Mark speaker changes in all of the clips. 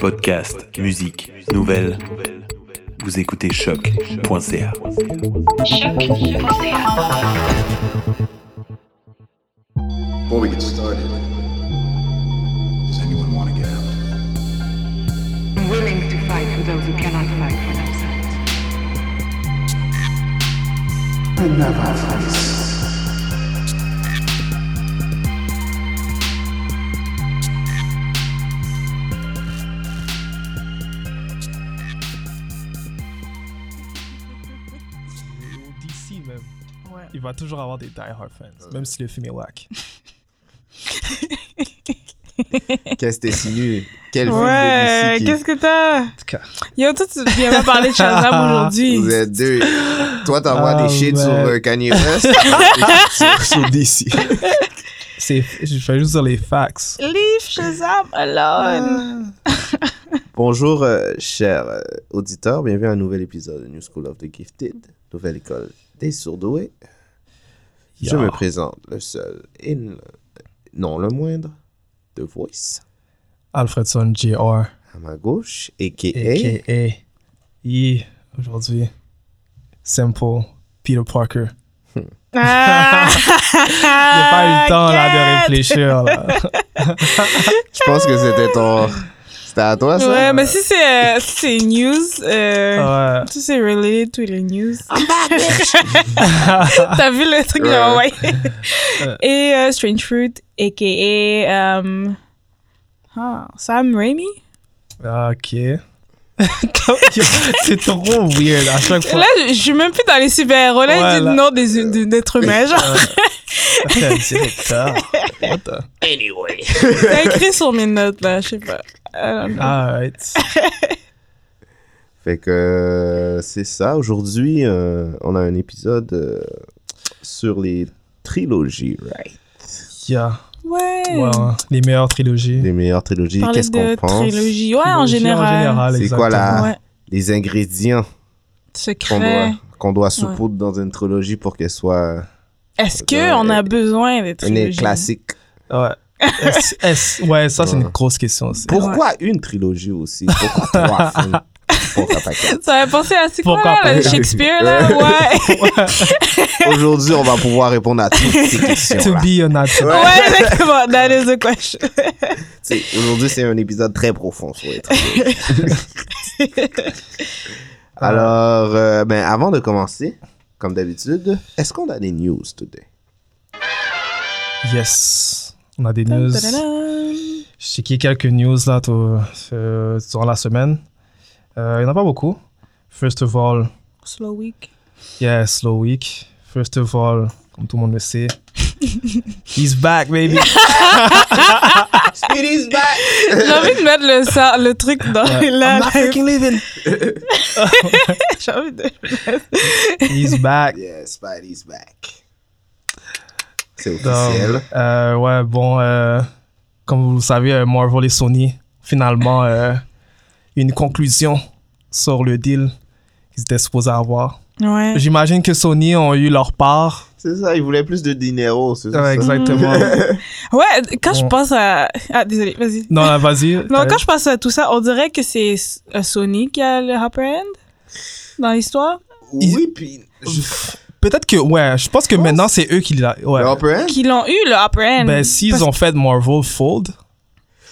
Speaker 1: Podcast, musique, nouvelles. Vous écoutez choc.ca.
Speaker 2: Before we get started, does anyone want to get out?
Speaker 3: willing to fight for those who cannot fight for themselves.
Speaker 4: Ou DC même.
Speaker 5: Ouais.
Speaker 4: Il va toujours avoir des die-hard fans, même si le film est whack.
Speaker 6: Qu'est-ce que t'es si nul? Quel film
Speaker 5: Ouais,
Speaker 6: de DC qui-
Speaker 5: qu'est-ce que t'as?
Speaker 4: cas.
Speaker 5: Yo, toi, tu viens pas parler de Shazam aujourd'hui.
Speaker 6: Vous êtes deux. Toi, t'envoies
Speaker 4: Ah,
Speaker 6: des shades
Speaker 4: man.
Speaker 6: sur euh, Kanye West. et sur- sur DC.
Speaker 4: C'est, je fais juste dire les facts.
Speaker 5: Leave Shazam alone.
Speaker 6: Bonjour, euh, chers euh, auditeurs. Bienvenue à un nouvel épisode de New School of the Gifted, nouvelle école des surdoués. Je
Speaker 4: Yeah.
Speaker 6: me présente le seul et le- non le moindre, The Voice.
Speaker 4: Alfredson Jr.
Speaker 6: À ma gauche, a.k.a.
Speaker 4: A.K.A. Yeah, aujourd'hui. Simple. Peter Parker.
Speaker 5: Ah,
Speaker 4: J'ai pas eu le temps là, de réfléchir. Là.
Speaker 6: Je pense que c'était ton... C'était à toi, ça?
Speaker 5: Ouais, mais si c'est euh, si c'est news, euh,
Speaker 4: Ouais.
Speaker 5: si c'est related to les news. T'as vu le truc que j'avais envoyé? Et euh, Strange Fruit, a.k.a. euh, ah, Sam Raimi?
Speaker 4: Ok. c'est trop weird à chaque fois.
Speaker 5: Là, je je suis même plus dans les super-héros. Là,
Speaker 4: Ouais,
Speaker 5: je dis
Speaker 4: là.
Speaker 5: le nom des- des- d'êtres humains. Genre,
Speaker 4: T'as un directeur. What the?
Speaker 5: c'est écrit sur mes notes, là. Je sais pas. Euh,
Speaker 4: Alright.
Speaker 6: Fait que euh, c'est ça. Aujourd'hui, euh, on a un épisode euh, sur les trilogies, right?
Speaker 4: Yeah.
Speaker 5: ouais.
Speaker 4: Ouais, les meilleures trilogies.
Speaker 6: Les meilleures trilogies,
Speaker 5: Parler
Speaker 6: qu'est-ce
Speaker 5: de
Speaker 6: qu'on pense?
Speaker 5: trilogie. Ouais, en
Speaker 4: Trilogie
Speaker 5: général.
Speaker 6: C'est
Speaker 4: exactement.
Speaker 6: quoi la-
Speaker 5: Ouais.
Speaker 6: Les ingrédients qu'on
Speaker 5: Secret.
Speaker 6: doit, qu'on doit soupoudre dans une trilogie pour qu'elle soit
Speaker 5: Est-ce
Speaker 6: Ouais.
Speaker 5: qu'on a besoin des
Speaker 6: une
Speaker 5: trilogies?
Speaker 6: classique.
Speaker 4: Ouais. Est-ce- est-ce- ouais, ça, c'est une
Speaker 6: Ouais.
Speaker 4: grosse question aussi.
Speaker 6: Pourquoi une trilogie aussi? Pourquoi trois films? Pourquoi pas quatre?
Speaker 5: Ça m'a pensé à c'est quoi
Speaker 4: Pourquoi
Speaker 5: là,
Speaker 4: pas?
Speaker 5: le Shakespeare là Ouais,
Speaker 6: Aujourd'hui, on va pouvoir répondre à toutes ces
Speaker 4: To
Speaker 6: questions-là.
Speaker 4: be or not to be.
Speaker 5: ouais, exactement. That is the question.
Speaker 6: C'est- Aujourd'hui, c'est un épisode très profond sur les trilogies.
Speaker 4: Ah.
Speaker 6: Alors, euh, ben, avant de commencer, comme d'habitude, est-ce qu'on a des news today?
Speaker 4: Yes. On a des news.
Speaker 5: Ta-da-da.
Speaker 4: J'ai checké quelques news là tout- euh, durant la semaine. Euh, il n'y en a pas beaucoup. First of all,
Speaker 5: Slow week.
Speaker 4: yeah, slow week. First of all, comme tout le monde le sait, he's back, baby.
Speaker 6: Speedy's back!
Speaker 5: J'ai envie de mettre le, ça, le truc dans là.
Speaker 4: I'm not freaking leaving.
Speaker 5: J'ai envie de.
Speaker 4: He's back.
Speaker 6: Yes, Speedy's back. C'est
Speaker 4: Donc,
Speaker 6: officiel.
Speaker 4: euh, ouais, bon, euh, comme vous le savez, euh, Marvel et Sony, finalement, euh, une conclusion sur le deal qu'ils étaient supposés avoir.
Speaker 5: Ouais.
Speaker 4: J'imagine que Sony ont eu leur part.
Speaker 6: C'est ça, il voulait plus de dinero, c'est ça.
Speaker 4: Ouais, exactement.
Speaker 5: Ouais, d- quand je
Speaker 4: On-
Speaker 5: pense à... Ah, désolé, vas-y.
Speaker 4: non, là, vas-y. Euh,
Speaker 5: Non,
Speaker 4: t'as-
Speaker 5: quand je pense à tout ça, on dirait que c'est S- euh, Sony qui a le upper end dans l'histoire.
Speaker 6: Oui, puis...
Speaker 5: Bah,
Speaker 6: Je...
Speaker 4: Peut-être que, ouais, je pense que maintenant, c'est eux qui l'a. Ouais.
Speaker 6: Mais on peut, hein?
Speaker 5: Qui l'ont eu, le upper end.
Speaker 4: Ben, s'ils
Speaker 5: Parce-
Speaker 4: ont fait Marvel Fold,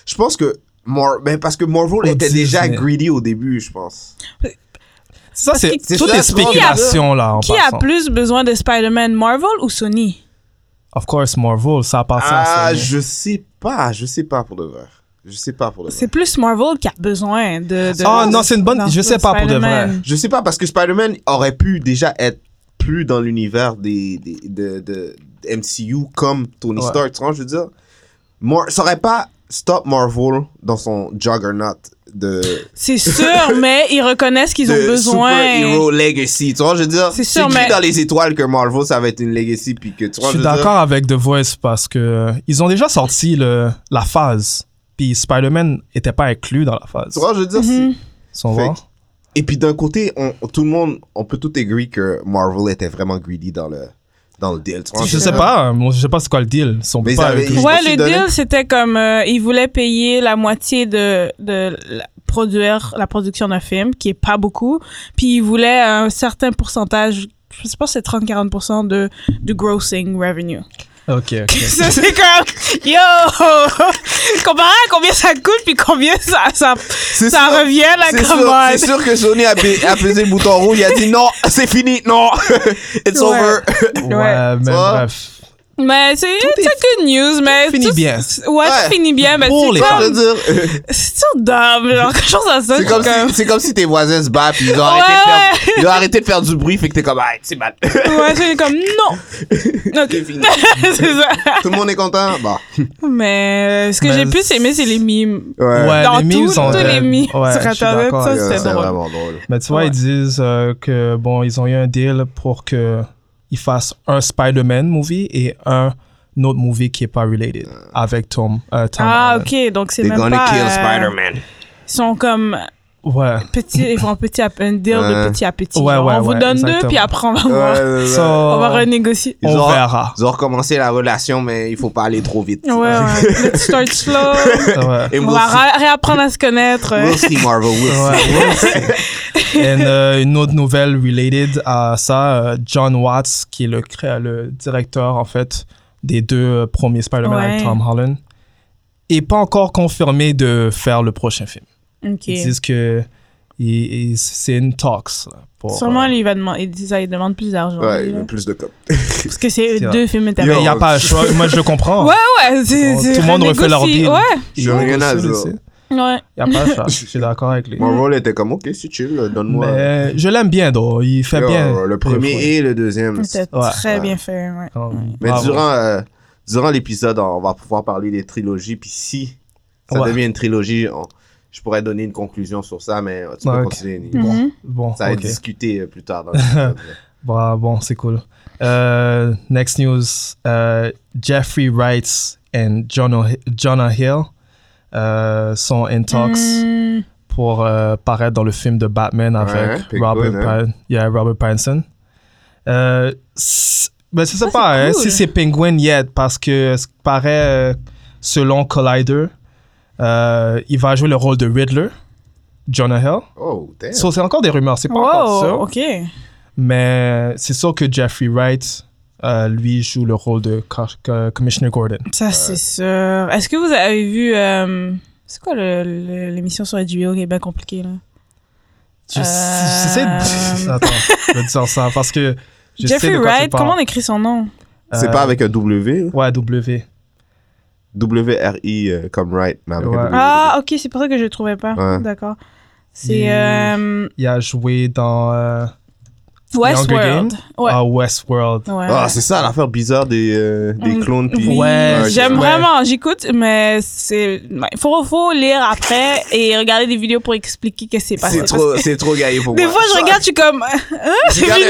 Speaker 6: Je pense que... Mar... Ben, parce que Marvel
Speaker 4: Oh,
Speaker 6: était
Speaker 4: Disney.
Speaker 6: déjà greedy au début, je pense.
Speaker 4: ça,
Speaker 5: Parce
Speaker 4: c'est
Speaker 5: que qui
Speaker 4: toutes
Speaker 6: a-
Speaker 4: les spéculations, là, en
Speaker 5: Qui
Speaker 4: passant.
Speaker 5: a plus besoin de Spider-Man, Marvel ou Sony?
Speaker 4: Of course, Marvel, ça appartient à
Speaker 6: Ah,
Speaker 4: Sony.
Speaker 6: je sais pas, je sais pas pour de vrai. Je sais pas pour de vrai.
Speaker 5: C'est plus Marvel qui a besoin de... de
Speaker 4: Ah, non, c'est une bonne- je sais pas pour de vrai.
Speaker 5: Spider-Man.
Speaker 6: Je sais pas, parce que Spider-Man aurait pu déjà être plus dans l'univers des, des, de, de- de MCU comme Tony
Speaker 4: Ouais.
Speaker 6: Stark, tu vois, je veux dire. Mar ça aurait pas stop Marvel dans son juggernaut de,
Speaker 5: C'est sûr, mais ils reconnaissent qu'ils ont
Speaker 6: de
Speaker 5: besoin...
Speaker 6: Superhero Legacy, tu vois, je veux dire.
Speaker 5: C'est sûr,
Speaker 6: écrit
Speaker 5: mais-
Speaker 6: dans les étoiles que Marvel, ça va être une legacy, puis que tu
Speaker 4: Je
Speaker 6: vois,
Speaker 4: suis
Speaker 6: veux dire,
Speaker 4: d'accord avec The Voice parce que euh, ils ont déjà sorti le, la phase. Puis Spider-Man n'était pas inclus dans la phase.
Speaker 6: Tu vois, je veux dire. c'est-
Speaker 5: Mhm.
Speaker 4: Si on
Speaker 6: Fait
Speaker 4: voit.
Speaker 6: Et puis d'un côté, on, tout le monde, on peut tout agree que Marvel était vraiment greedy dans le dans le deal. Tu
Speaker 4: Je
Speaker 6: vois,
Speaker 4: sais
Speaker 6: c'est-
Speaker 4: pas, hein, moi, je sais pas c'est quoi le deal. Ils sont
Speaker 6: Mais ils
Speaker 4: pas
Speaker 6: avaient-
Speaker 4: avec-
Speaker 6: Je
Speaker 5: Ouais,
Speaker 6: me suis
Speaker 5: le
Speaker 6: donné-
Speaker 5: deal, c'était comme euh, ils voulaient payer la moitié de, de la, produire la production d'un film, qui est pas beaucoup, puis ils voulaient un certain pourcentage, je sais pas si c'est 30-40% de, de grossing revenue.
Speaker 4: Ok, ok.
Speaker 5: Ça, c'est comme, yo! Comparé à combien ça coûte, puis combien ça, ça,
Speaker 6: C'est
Speaker 5: ça
Speaker 6: sûr-
Speaker 5: revient, là,
Speaker 6: C'est
Speaker 5: comme
Speaker 6: sûr, c'est sûr que Sony a, ba- a pesé le bouton rouge, il a dit non, c'est fini, non, it's
Speaker 5: Ouais.
Speaker 6: over.
Speaker 4: Ouais,
Speaker 5: Ouais.
Speaker 4: mais
Speaker 6: vois?
Speaker 4: bref.
Speaker 5: Mais c'est c'est good news, mais.
Speaker 4: finit
Speaker 5: tout-
Speaker 4: bien.
Speaker 5: Ouais, tout
Speaker 6: Ouais.
Speaker 5: finit bien, mais
Speaker 4: Pour
Speaker 5: c'est
Speaker 4: les
Speaker 6: Je
Speaker 5: comme.
Speaker 6: veux dire,
Speaker 5: C'est tout dumb, genre, quelque chose à ça.
Speaker 6: C'est comme, si, c'est comme si tes voisins se battent, puis ils ont, arrêté de
Speaker 5: Ouais,
Speaker 6: faire, ils ont arrêté de faire du bruit, fait que t'es comme, ah, c'est mal.
Speaker 5: Ouais, c'est comme, non! Ok.
Speaker 6: fini.
Speaker 5: c'est ça.
Speaker 6: Tout le monde est content? Bah.
Speaker 5: Mais euh, ce que
Speaker 4: Mais
Speaker 5: j'ai plus
Speaker 4: c'est-
Speaker 5: aimé, c'est les mimes.
Speaker 4: Ouais,
Speaker 5: Dans
Speaker 4: les mimes
Speaker 5: tout-
Speaker 4: sont
Speaker 5: tous les
Speaker 4: dead.
Speaker 5: mimes
Speaker 4: Ouais, je
Speaker 5: sur
Speaker 4: suis
Speaker 5: Internet,
Speaker 4: d'accord.
Speaker 5: ça,
Speaker 6: Euh,
Speaker 5: c'était
Speaker 6: c'est
Speaker 5: drôle.
Speaker 6: vraiment drôle.
Speaker 4: Mais tu vois,
Speaker 5: Ouais.
Speaker 4: ils disent euh, que bon, ils ont eu un deal pour que ils fassent un Spider-Man movie et un autre movie qui est pas related avec Tom. euh, Tom
Speaker 5: Ah,
Speaker 4: Holland.
Speaker 5: ok, donc c'est
Speaker 6: They're
Speaker 5: même
Speaker 6: gonna
Speaker 5: pas.
Speaker 6: kill
Speaker 5: euh,
Speaker 6: Spider-Man.
Speaker 5: Ils sont comme
Speaker 4: Ouais.
Speaker 5: petit, ils font petit à un deal
Speaker 6: Ouais.
Speaker 5: de petit à petit.
Speaker 4: Ouais,
Speaker 5: Genre,
Speaker 4: ouais,
Speaker 5: on vous
Speaker 4: ouais,
Speaker 5: donne deux,
Speaker 4: exactement. Oh.
Speaker 5: puis après on va voir.
Speaker 6: Ouais,
Speaker 4: So,
Speaker 5: On va renégocier.
Speaker 6: Euh, Ils
Speaker 4: on
Speaker 6: ont-
Speaker 4: verra.
Speaker 6: Ils ont recommencé la relation, mais il faut pas aller trop vite.
Speaker 5: Ouais, ouais. Let's start slow.
Speaker 4: Ouais.
Speaker 6: Et
Speaker 5: On
Speaker 6: we'll
Speaker 5: va
Speaker 6: see,
Speaker 5: ra- réapprendre à se connaître.
Speaker 6: we'll see, Marvel, we'll see.
Speaker 4: Ouais, we'll see. And, euh, une autre nouvelle related à ça, euh, John Watts, qui est le, cré- le directeur, en fait, des deux euh, premiers Spider-Man avec
Speaker 5: Ouais.
Speaker 4: Tom Holland, est pas encore confirmé de faire le prochain film.
Speaker 5: Ok.
Speaker 4: Ils disent que il- il- c'est une talks. là, pour,
Speaker 5: Sûrement,
Speaker 4: euh,
Speaker 5: lui, il va demander, il dit ça, il demande plus d'argent.
Speaker 6: Ouais,
Speaker 5: lui, là.
Speaker 6: plus de cop.
Speaker 5: parce que c'est
Speaker 4: C'est
Speaker 5: deux films
Speaker 4: il
Speaker 5: internes.
Speaker 4: n'y a
Speaker 6: Yo.
Speaker 4: pas le choix. Moi, je le comprends.
Speaker 5: Ouais, ouais, c'est,
Speaker 4: Bon,
Speaker 5: c'est
Speaker 4: tout le monde refait leur
Speaker 5: renégocie.
Speaker 4: deal.
Speaker 5: Ouais,
Speaker 4: Ils ont
Speaker 6: J'ai rien à
Speaker 4: reçu,
Speaker 6: dire.
Speaker 4: tu sais.
Speaker 5: ouais.
Speaker 4: Il n'y a pas le choix. Je suis d'accord avec lui.
Speaker 6: Marvel était comme, ok, c'est chill, euh, donne-moi.
Speaker 4: Mm. Mais je l'aime bien, though. Il fait
Speaker 6: Yo,
Speaker 4: bien.
Speaker 6: Le
Speaker 4: des
Speaker 6: premier
Speaker 4: fois.
Speaker 6: et le deuxième.
Speaker 5: C'était
Speaker 4: Ouais.
Speaker 5: très
Speaker 6: Ouais.
Speaker 5: bien fait, ouais.
Speaker 4: Oh,
Speaker 6: Mais
Speaker 4: bravo.
Speaker 6: durant, euh, durant l'épisode, on va pouvoir parler des trilogies. Puis si ça
Speaker 4: Ouais.
Speaker 6: devient une trilogie, on- je pourrais donner une conclusion sur ça, mais euh, tu peux
Speaker 4: Ouais, ok.
Speaker 6: continuer. Nick.
Speaker 5: Mhm.
Speaker 4: Bon,
Speaker 6: Ça va
Speaker 4: ok.
Speaker 6: être discuté euh, plus tard dans l'épisode.
Speaker 4: Bah, bon, c'est cool. Euh, next news. Euh, Jeffrey Wright and John O- Jonah Hill euh, sont in talks
Speaker 5: Mm.
Speaker 4: pour euh, paraître dans le film de Batman avec
Speaker 6: puis
Speaker 4: Robert,
Speaker 6: good, hein.
Speaker 4: Pattinson. yeah, Robert Pattinson. Euh, c'est- ben, je sais
Speaker 5: Ça,
Speaker 4: pas
Speaker 5: c'est
Speaker 4: hein,
Speaker 5: cool.
Speaker 4: si c'est Penguin yet, parce que ce qui paraît, euh, selon Collider, euh, il va jouer le rôle de Riddler, Jonah Hill.
Speaker 6: oh, damn.
Speaker 4: So, c'est encore des rumeurs, c'est pas encore
Speaker 5: Wow,
Speaker 4: sûr.
Speaker 5: ok.
Speaker 4: Mais c'est sûr que Jeffrey Wright, euh, lui, joue le rôle de co- co- Commissioner Gordon.
Speaker 5: Ça, c'est sûr. Est-ce que vous avez vu. euh, c'est quoi le- le- l'émission sur HBO qui est bien compliquée, là?
Speaker 6: Euh,
Speaker 4: Je- J'essaie de...
Speaker 5: Euh.
Speaker 4: Attends, je vais dire ça parce que... j'essaie
Speaker 5: Jeffrey
Speaker 4: de quoi tu
Speaker 5: Wright,
Speaker 4: parles.
Speaker 5: comment on écrit son nom?
Speaker 6: C'est
Speaker 4: Euh,
Speaker 6: pas avec un W. hein?
Speaker 4: Ouais, W.
Speaker 6: W-R-I euh, comme right, mais avec
Speaker 4: Ouais.
Speaker 6: un W.
Speaker 4: Euh,
Speaker 5: Ah, ok, c'est pour ça que je le trouvais pas.
Speaker 6: Ouais.
Speaker 5: D'accord.
Speaker 4: Il-
Speaker 5: C'est euh,
Speaker 4: il a joué dans euh, Game?
Speaker 5: Westworld. Ouais.
Speaker 4: euh, Westworld.
Speaker 5: ouais.
Speaker 6: Ah, c'est ça l'affaire bizarre des, euh, des
Speaker 5: Mm,
Speaker 6: clones. puis- euh,
Speaker 5: oui,
Speaker 4: Ouais,
Speaker 6: ok.
Speaker 5: j'aime
Speaker 4: ouais.
Speaker 5: vraiment, j'écoute, mais c'est. Il faut, faut lire après et regarder des vidéos pour expliquer qu'est-ce qui s'est passé.
Speaker 6: C'est trop, c'est trop gaillé pour
Speaker 5: Des
Speaker 6: moi.
Speaker 5: fois, je regarde, je suis comme.
Speaker 6: je regarde,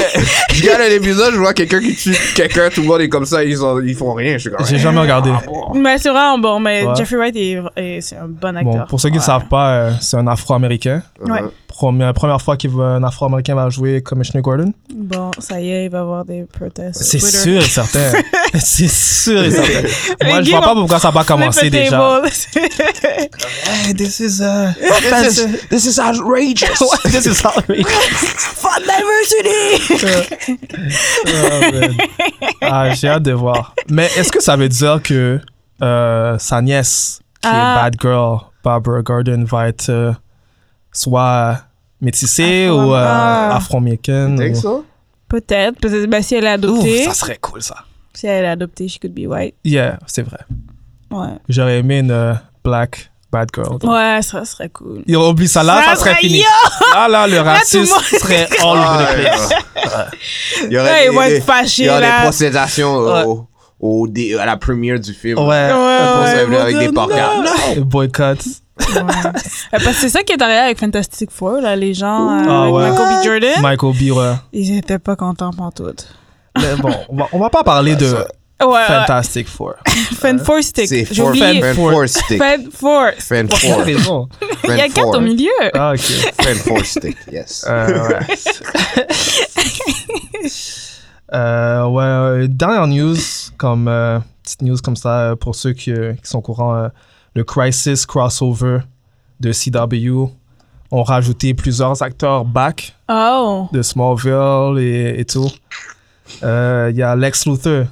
Speaker 6: je regarde un épisode, je vois quelqu'un qui tue quelqu'un, tout le monde est comme ça, ils, sont, ils font rien. Je suis comme,
Speaker 4: J'ai
Speaker 6: eh,
Speaker 4: jamais regardé.
Speaker 5: Mais c'est vraiment bon, mais
Speaker 4: Ouais.
Speaker 5: Jeffrey Wright, est, est- c'est un bon acteur.
Speaker 4: Bon, pour ceux qui ne
Speaker 5: Ouais.
Speaker 4: savent pas, euh, c'est un Afro-Américain.
Speaker 5: Ouais.
Speaker 4: Première, première fois qu'un Afro-Américain va jouer Commissioner Gordon.
Speaker 5: Bon, ça y est, il va y avoir des protestes.
Speaker 4: C'est
Speaker 5: Twitter.
Speaker 4: sûr et certain. c'est sûr et certain. Moi,
Speaker 5: Les
Speaker 4: je
Speaker 5: gars
Speaker 4: vois pas
Speaker 5: vont
Speaker 4: pourquoi ça va commencer
Speaker 5: Flip the
Speaker 4: déjà.
Speaker 5: table.
Speaker 4: Hey, this is, uh,
Speaker 6: This is, this is outrageous.
Speaker 4: this is outrageous.
Speaker 5: Fuck diversity!
Speaker 4: Oh, man. ah, j'ai hâte de voir. Mais est-ce que ça veut dire que euh, sa nièce, qui
Speaker 5: Ah.
Speaker 4: est Bad Girl, Barbara Gordon, va être euh, soit métissée
Speaker 5: Afro-
Speaker 4: ou euh,
Speaker 5: Ah.
Speaker 4: afro-américaine?
Speaker 6: Think
Speaker 4: ou-
Speaker 6: so?
Speaker 5: Peut-être, peut-être, ben, si elle est
Speaker 4: Ouf,
Speaker 5: adoptée.
Speaker 4: ça serait cool, ça.
Speaker 5: Si elle est adoptée, she could be white.
Speaker 4: Yeah, c'est vrai.
Speaker 5: Ouais.
Speaker 4: J'aurais aimé une euh, black bad girl.
Speaker 5: Ouais, ça serait cool.
Speaker 4: Il oublie ça là, ça, serait fini.
Speaker 5: yo!
Speaker 4: Là, là, le
Speaker 5: tout
Speaker 4: racisme
Speaker 5: le monde-
Speaker 4: serait all over the place.
Speaker 6: Ah, Il y
Speaker 5: Ouais,
Speaker 6: aurait
Speaker 5: ils vont
Speaker 6: des,
Speaker 5: être fâchés
Speaker 6: il y aurait des
Speaker 5: là.
Speaker 6: procédations euh, au, au dé- à la première du film.
Speaker 4: Ouais.
Speaker 6: On
Speaker 5: ouais,
Speaker 6: serait
Speaker 5: ouais,
Speaker 6: venu avec des pancartes.
Speaker 4: Le boycott.
Speaker 5: Ouais. Euh, Parce que c'est ça qui est arrivé avec Fantastic Four, là, les gens euh,
Speaker 4: Ah
Speaker 5: avec
Speaker 4: ouais.
Speaker 5: Michael B. Jordan,
Speaker 4: Michael B. Ouais.
Speaker 5: ils étaient pas contents pantoute.
Speaker 4: Mais bon, on va, on va pas parler de
Speaker 5: Ouais, ouais.
Speaker 4: Fantastic Four.
Speaker 5: Fan Four Stick.
Speaker 6: C'est
Speaker 5: J'ai
Speaker 6: four-
Speaker 5: oublié.
Speaker 6: Fan
Speaker 4: Four.
Speaker 6: Four Stick.
Speaker 5: Fan Four.
Speaker 6: Fan
Speaker 4: Pour quelle
Speaker 6: Four.
Speaker 4: raison?
Speaker 5: Il y a quatre Euh. au milieu.
Speaker 4: Ah, ok.
Speaker 6: Fan Four Stick, yes.
Speaker 4: Euh, ouais. Euh, ouais, euh, dernière news, comme euh, petite news comme ça euh, pour ceux qui, euh, qui sont au courant, euh, le Crisis crossover de CW ont rajouté plusieurs acteurs back
Speaker 5: Oh.
Speaker 4: de Smallville et, et tout. Euh, Il y a Lex Luthor,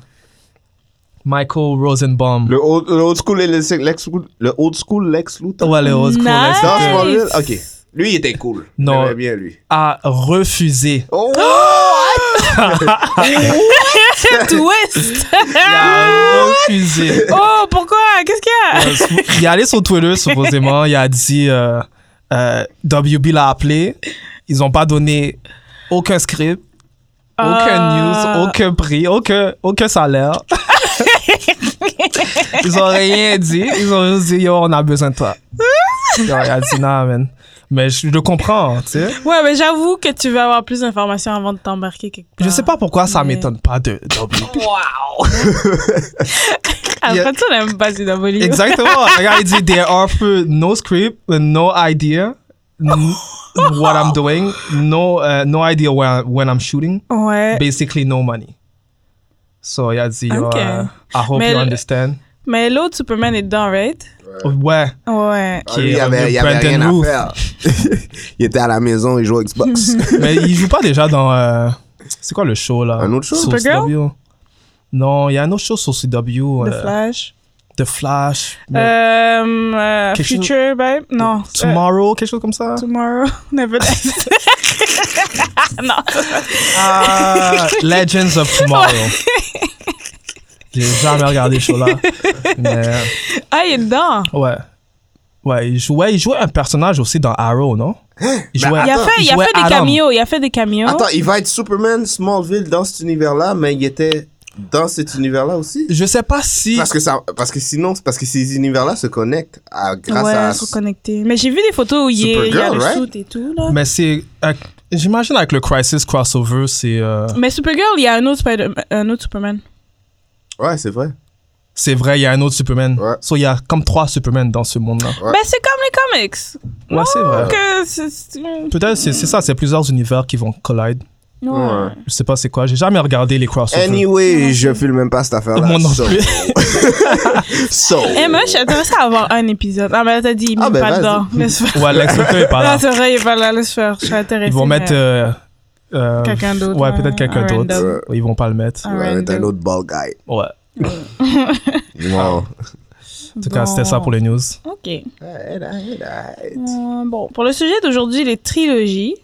Speaker 4: Michael Rosenbaum.
Speaker 6: Le old, le old school, Lex, Lex- le old school Lex Luthor.
Speaker 4: Ouais, le old school Lex
Speaker 5: Nice.
Speaker 6: Dans
Speaker 4: Luthor
Speaker 6: Smallville? Ok. Lui, il était cool.
Speaker 4: Non.
Speaker 6: J'aimais bien lui.
Speaker 4: a refusé.
Speaker 6: Oh!
Speaker 5: Twist!
Speaker 4: Il a
Speaker 5: Ah,
Speaker 4: refusé.
Speaker 5: oh, pourquoi? Qu'est-ce qu'il y a?
Speaker 4: il est allé sur Twitter, supposément. Il a dit euh, euh, WB l'a appelé. Ils n'ont pas donné aucun script, aucun
Speaker 5: Ah.
Speaker 4: news, aucun prix, aucun, aucun salaire. ils ont rien dit. Ils ont juste dit Yo, on a besoin de toi. Yo, il a dit Nah, man. Mais je, je le comprends, tu sais.
Speaker 5: Ouais, mais j'avoue que tu veux avoir plus d'informations avant de t'embarquer quelque part.
Speaker 4: Je sais pas pourquoi ça
Speaker 5: Mais-
Speaker 4: m'étonne pas de WB.
Speaker 5: Après, tu n'aimes pas du Napoli.
Speaker 4: Exactement. Le gars, il dit, they offer no script, no idea n- what I'm doing, no, uh, no idea when, when I'm shooting,
Speaker 5: Ouais.
Speaker 4: basically no money. So, il a dit, yo,
Speaker 5: Ok.
Speaker 4: euh, I hope
Speaker 5: Mais
Speaker 4: you
Speaker 5: le-
Speaker 4: understand.
Speaker 5: Mais l'autre Superman est dedans, right?
Speaker 4: Ouais,
Speaker 5: Ouais.
Speaker 6: Ah, lui, il y avait, il y avait
Speaker 4: Brandon
Speaker 6: rien
Speaker 4: Roof.
Speaker 6: à faire. il était à la maison, il jouait au Xbox.
Speaker 5: Oh.
Speaker 4: mais il joue pas déjà dans... euh, c'est quoi le show, là?
Speaker 6: Un autre show?
Speaker 4: Sur
Speaker 5: Supergirl?
Speaker 4: CW. Non, il y a un autre show sur CW.
Speaker 5: The
Speaker 4: euh,
Speaker 5: Flash.
Speaker 4: The Flash. mais
Speaker 5: Euh, euh,
Speaker 4: Quelque chose-
Speaker 5: future, babe? Non. euh,
Speaker 4: Tomorrow, quelque chose comme ça.
Speaker 5: Tomorrow, never dies. non.
Speaker 4: Ah, Legends of Tomorrow. J'ai jamais regardé ce show-là. Mais
Speaker 5: Ah, il est dedans.
Speaker 4: ouais. Ouais, il jouait, il jouait un personnage aussi dans Arrow, non? Il jouait,
Speaker 5: Il a
Speaker 6: Attends,
Speaker 5: fait, il a
Speaker 4: jouait
Speaker 5: fait des
Speaker 4: Adam.
Speaker 5: cameos. Il a fait des cameos.
Speaker 6: Attends, il va être Superman Smallville dans cet univers-là, mais il était dans cet univers-là aussi?
Speaker 4: Je sais pas si.
Speaker 6: Parce que, ça, parce que sinon, c'est parce que ces univers-là se connectent à, grâce
Speaker 5: ouais,
Speaker 6: à.
Speaker 5: se reconnecter. Mais j'ai vu des photos où il, est, il y a
Speaker 6: Supergirl,
Speaker 5: le
Speaker 6: right?
Speaker 5: suit et tout, là. Mais,
Speaker 4: Mais c'est. euh, J'imagine avec le Crisis crossover, c'est. euh,
Speaker 5: Supergirl, il y a un autre, Spider un autre Superman.
Speaker 6: Ouais, c'est vrai.
Speaker 4: c'est vrai, il y a un autre Superman.
Speaker 6: Ouais.
Speaker 4: So, il y a comme trois Superman dans ce monde-là.
Speaker 6: Ouais.
Speaker 5: Ben, c'est comme les comics.
Speaker 4: Ouais, c'est vrai.
Speaker 5: Que c'est- c'est- ouais.
Speaker 4: Peut-être c'est c'est ça, c'est plusieurs univers qui vont collide. Je sais pas c'est quoi, j'ai jamais regardé les crossovers.
Speaker 6: Anyway, je filme même pas cette affaire-là.
Speaker 4: Moi non
Speaker 6: So-
Speaker 4: plus.
Speaker 6: so-
Speaker 5: Eh, moi, je suis intéressée à avoir un épisode. Ah, mais là, t'as dit, il
Speaker 6: Ah,
Speaker 5: n'est
Speaker 6: ben,
Speaker 5: pas
Speaker 6: vas-y.
Speaker 5: dedans. Laisse faire.
Speaker 4: Ouais, Lex Luthor est pas là.
Speaker 5: Non, c'est vrai, il est pas là. Laisse faire. Je suis intéressée.
Speaker 4: Ils vont
Speaker 5: mais-
Speaker 4: mettre. euh, euh,
Speaker 5: Quelqu'un d'autre,
Speaker 4: Ouais,
Speaker 5: hein,
Speaker 4: peut-être quelqu'un
Speaker 5: un
Speaker 4: d'autre.
Speaker 5: random.
Speaker 4: Ouais, Ils vont pas le mettre.
Speaker 5: Ah,
Speaker 6: Ouais,
Speaker 5: random.
Speaker 6: t'es un autre ball guy.
Speaker 4: Ouais. En
Speaker 6: Wow.
Speaker 4: tout cas, c'était ça pour les news.
Speaker 5: Ok.
Speaker 6: Alright, alright.
Speaker 5: Euh, bon, pour le sujet d'aujourd'hui, les trilogies.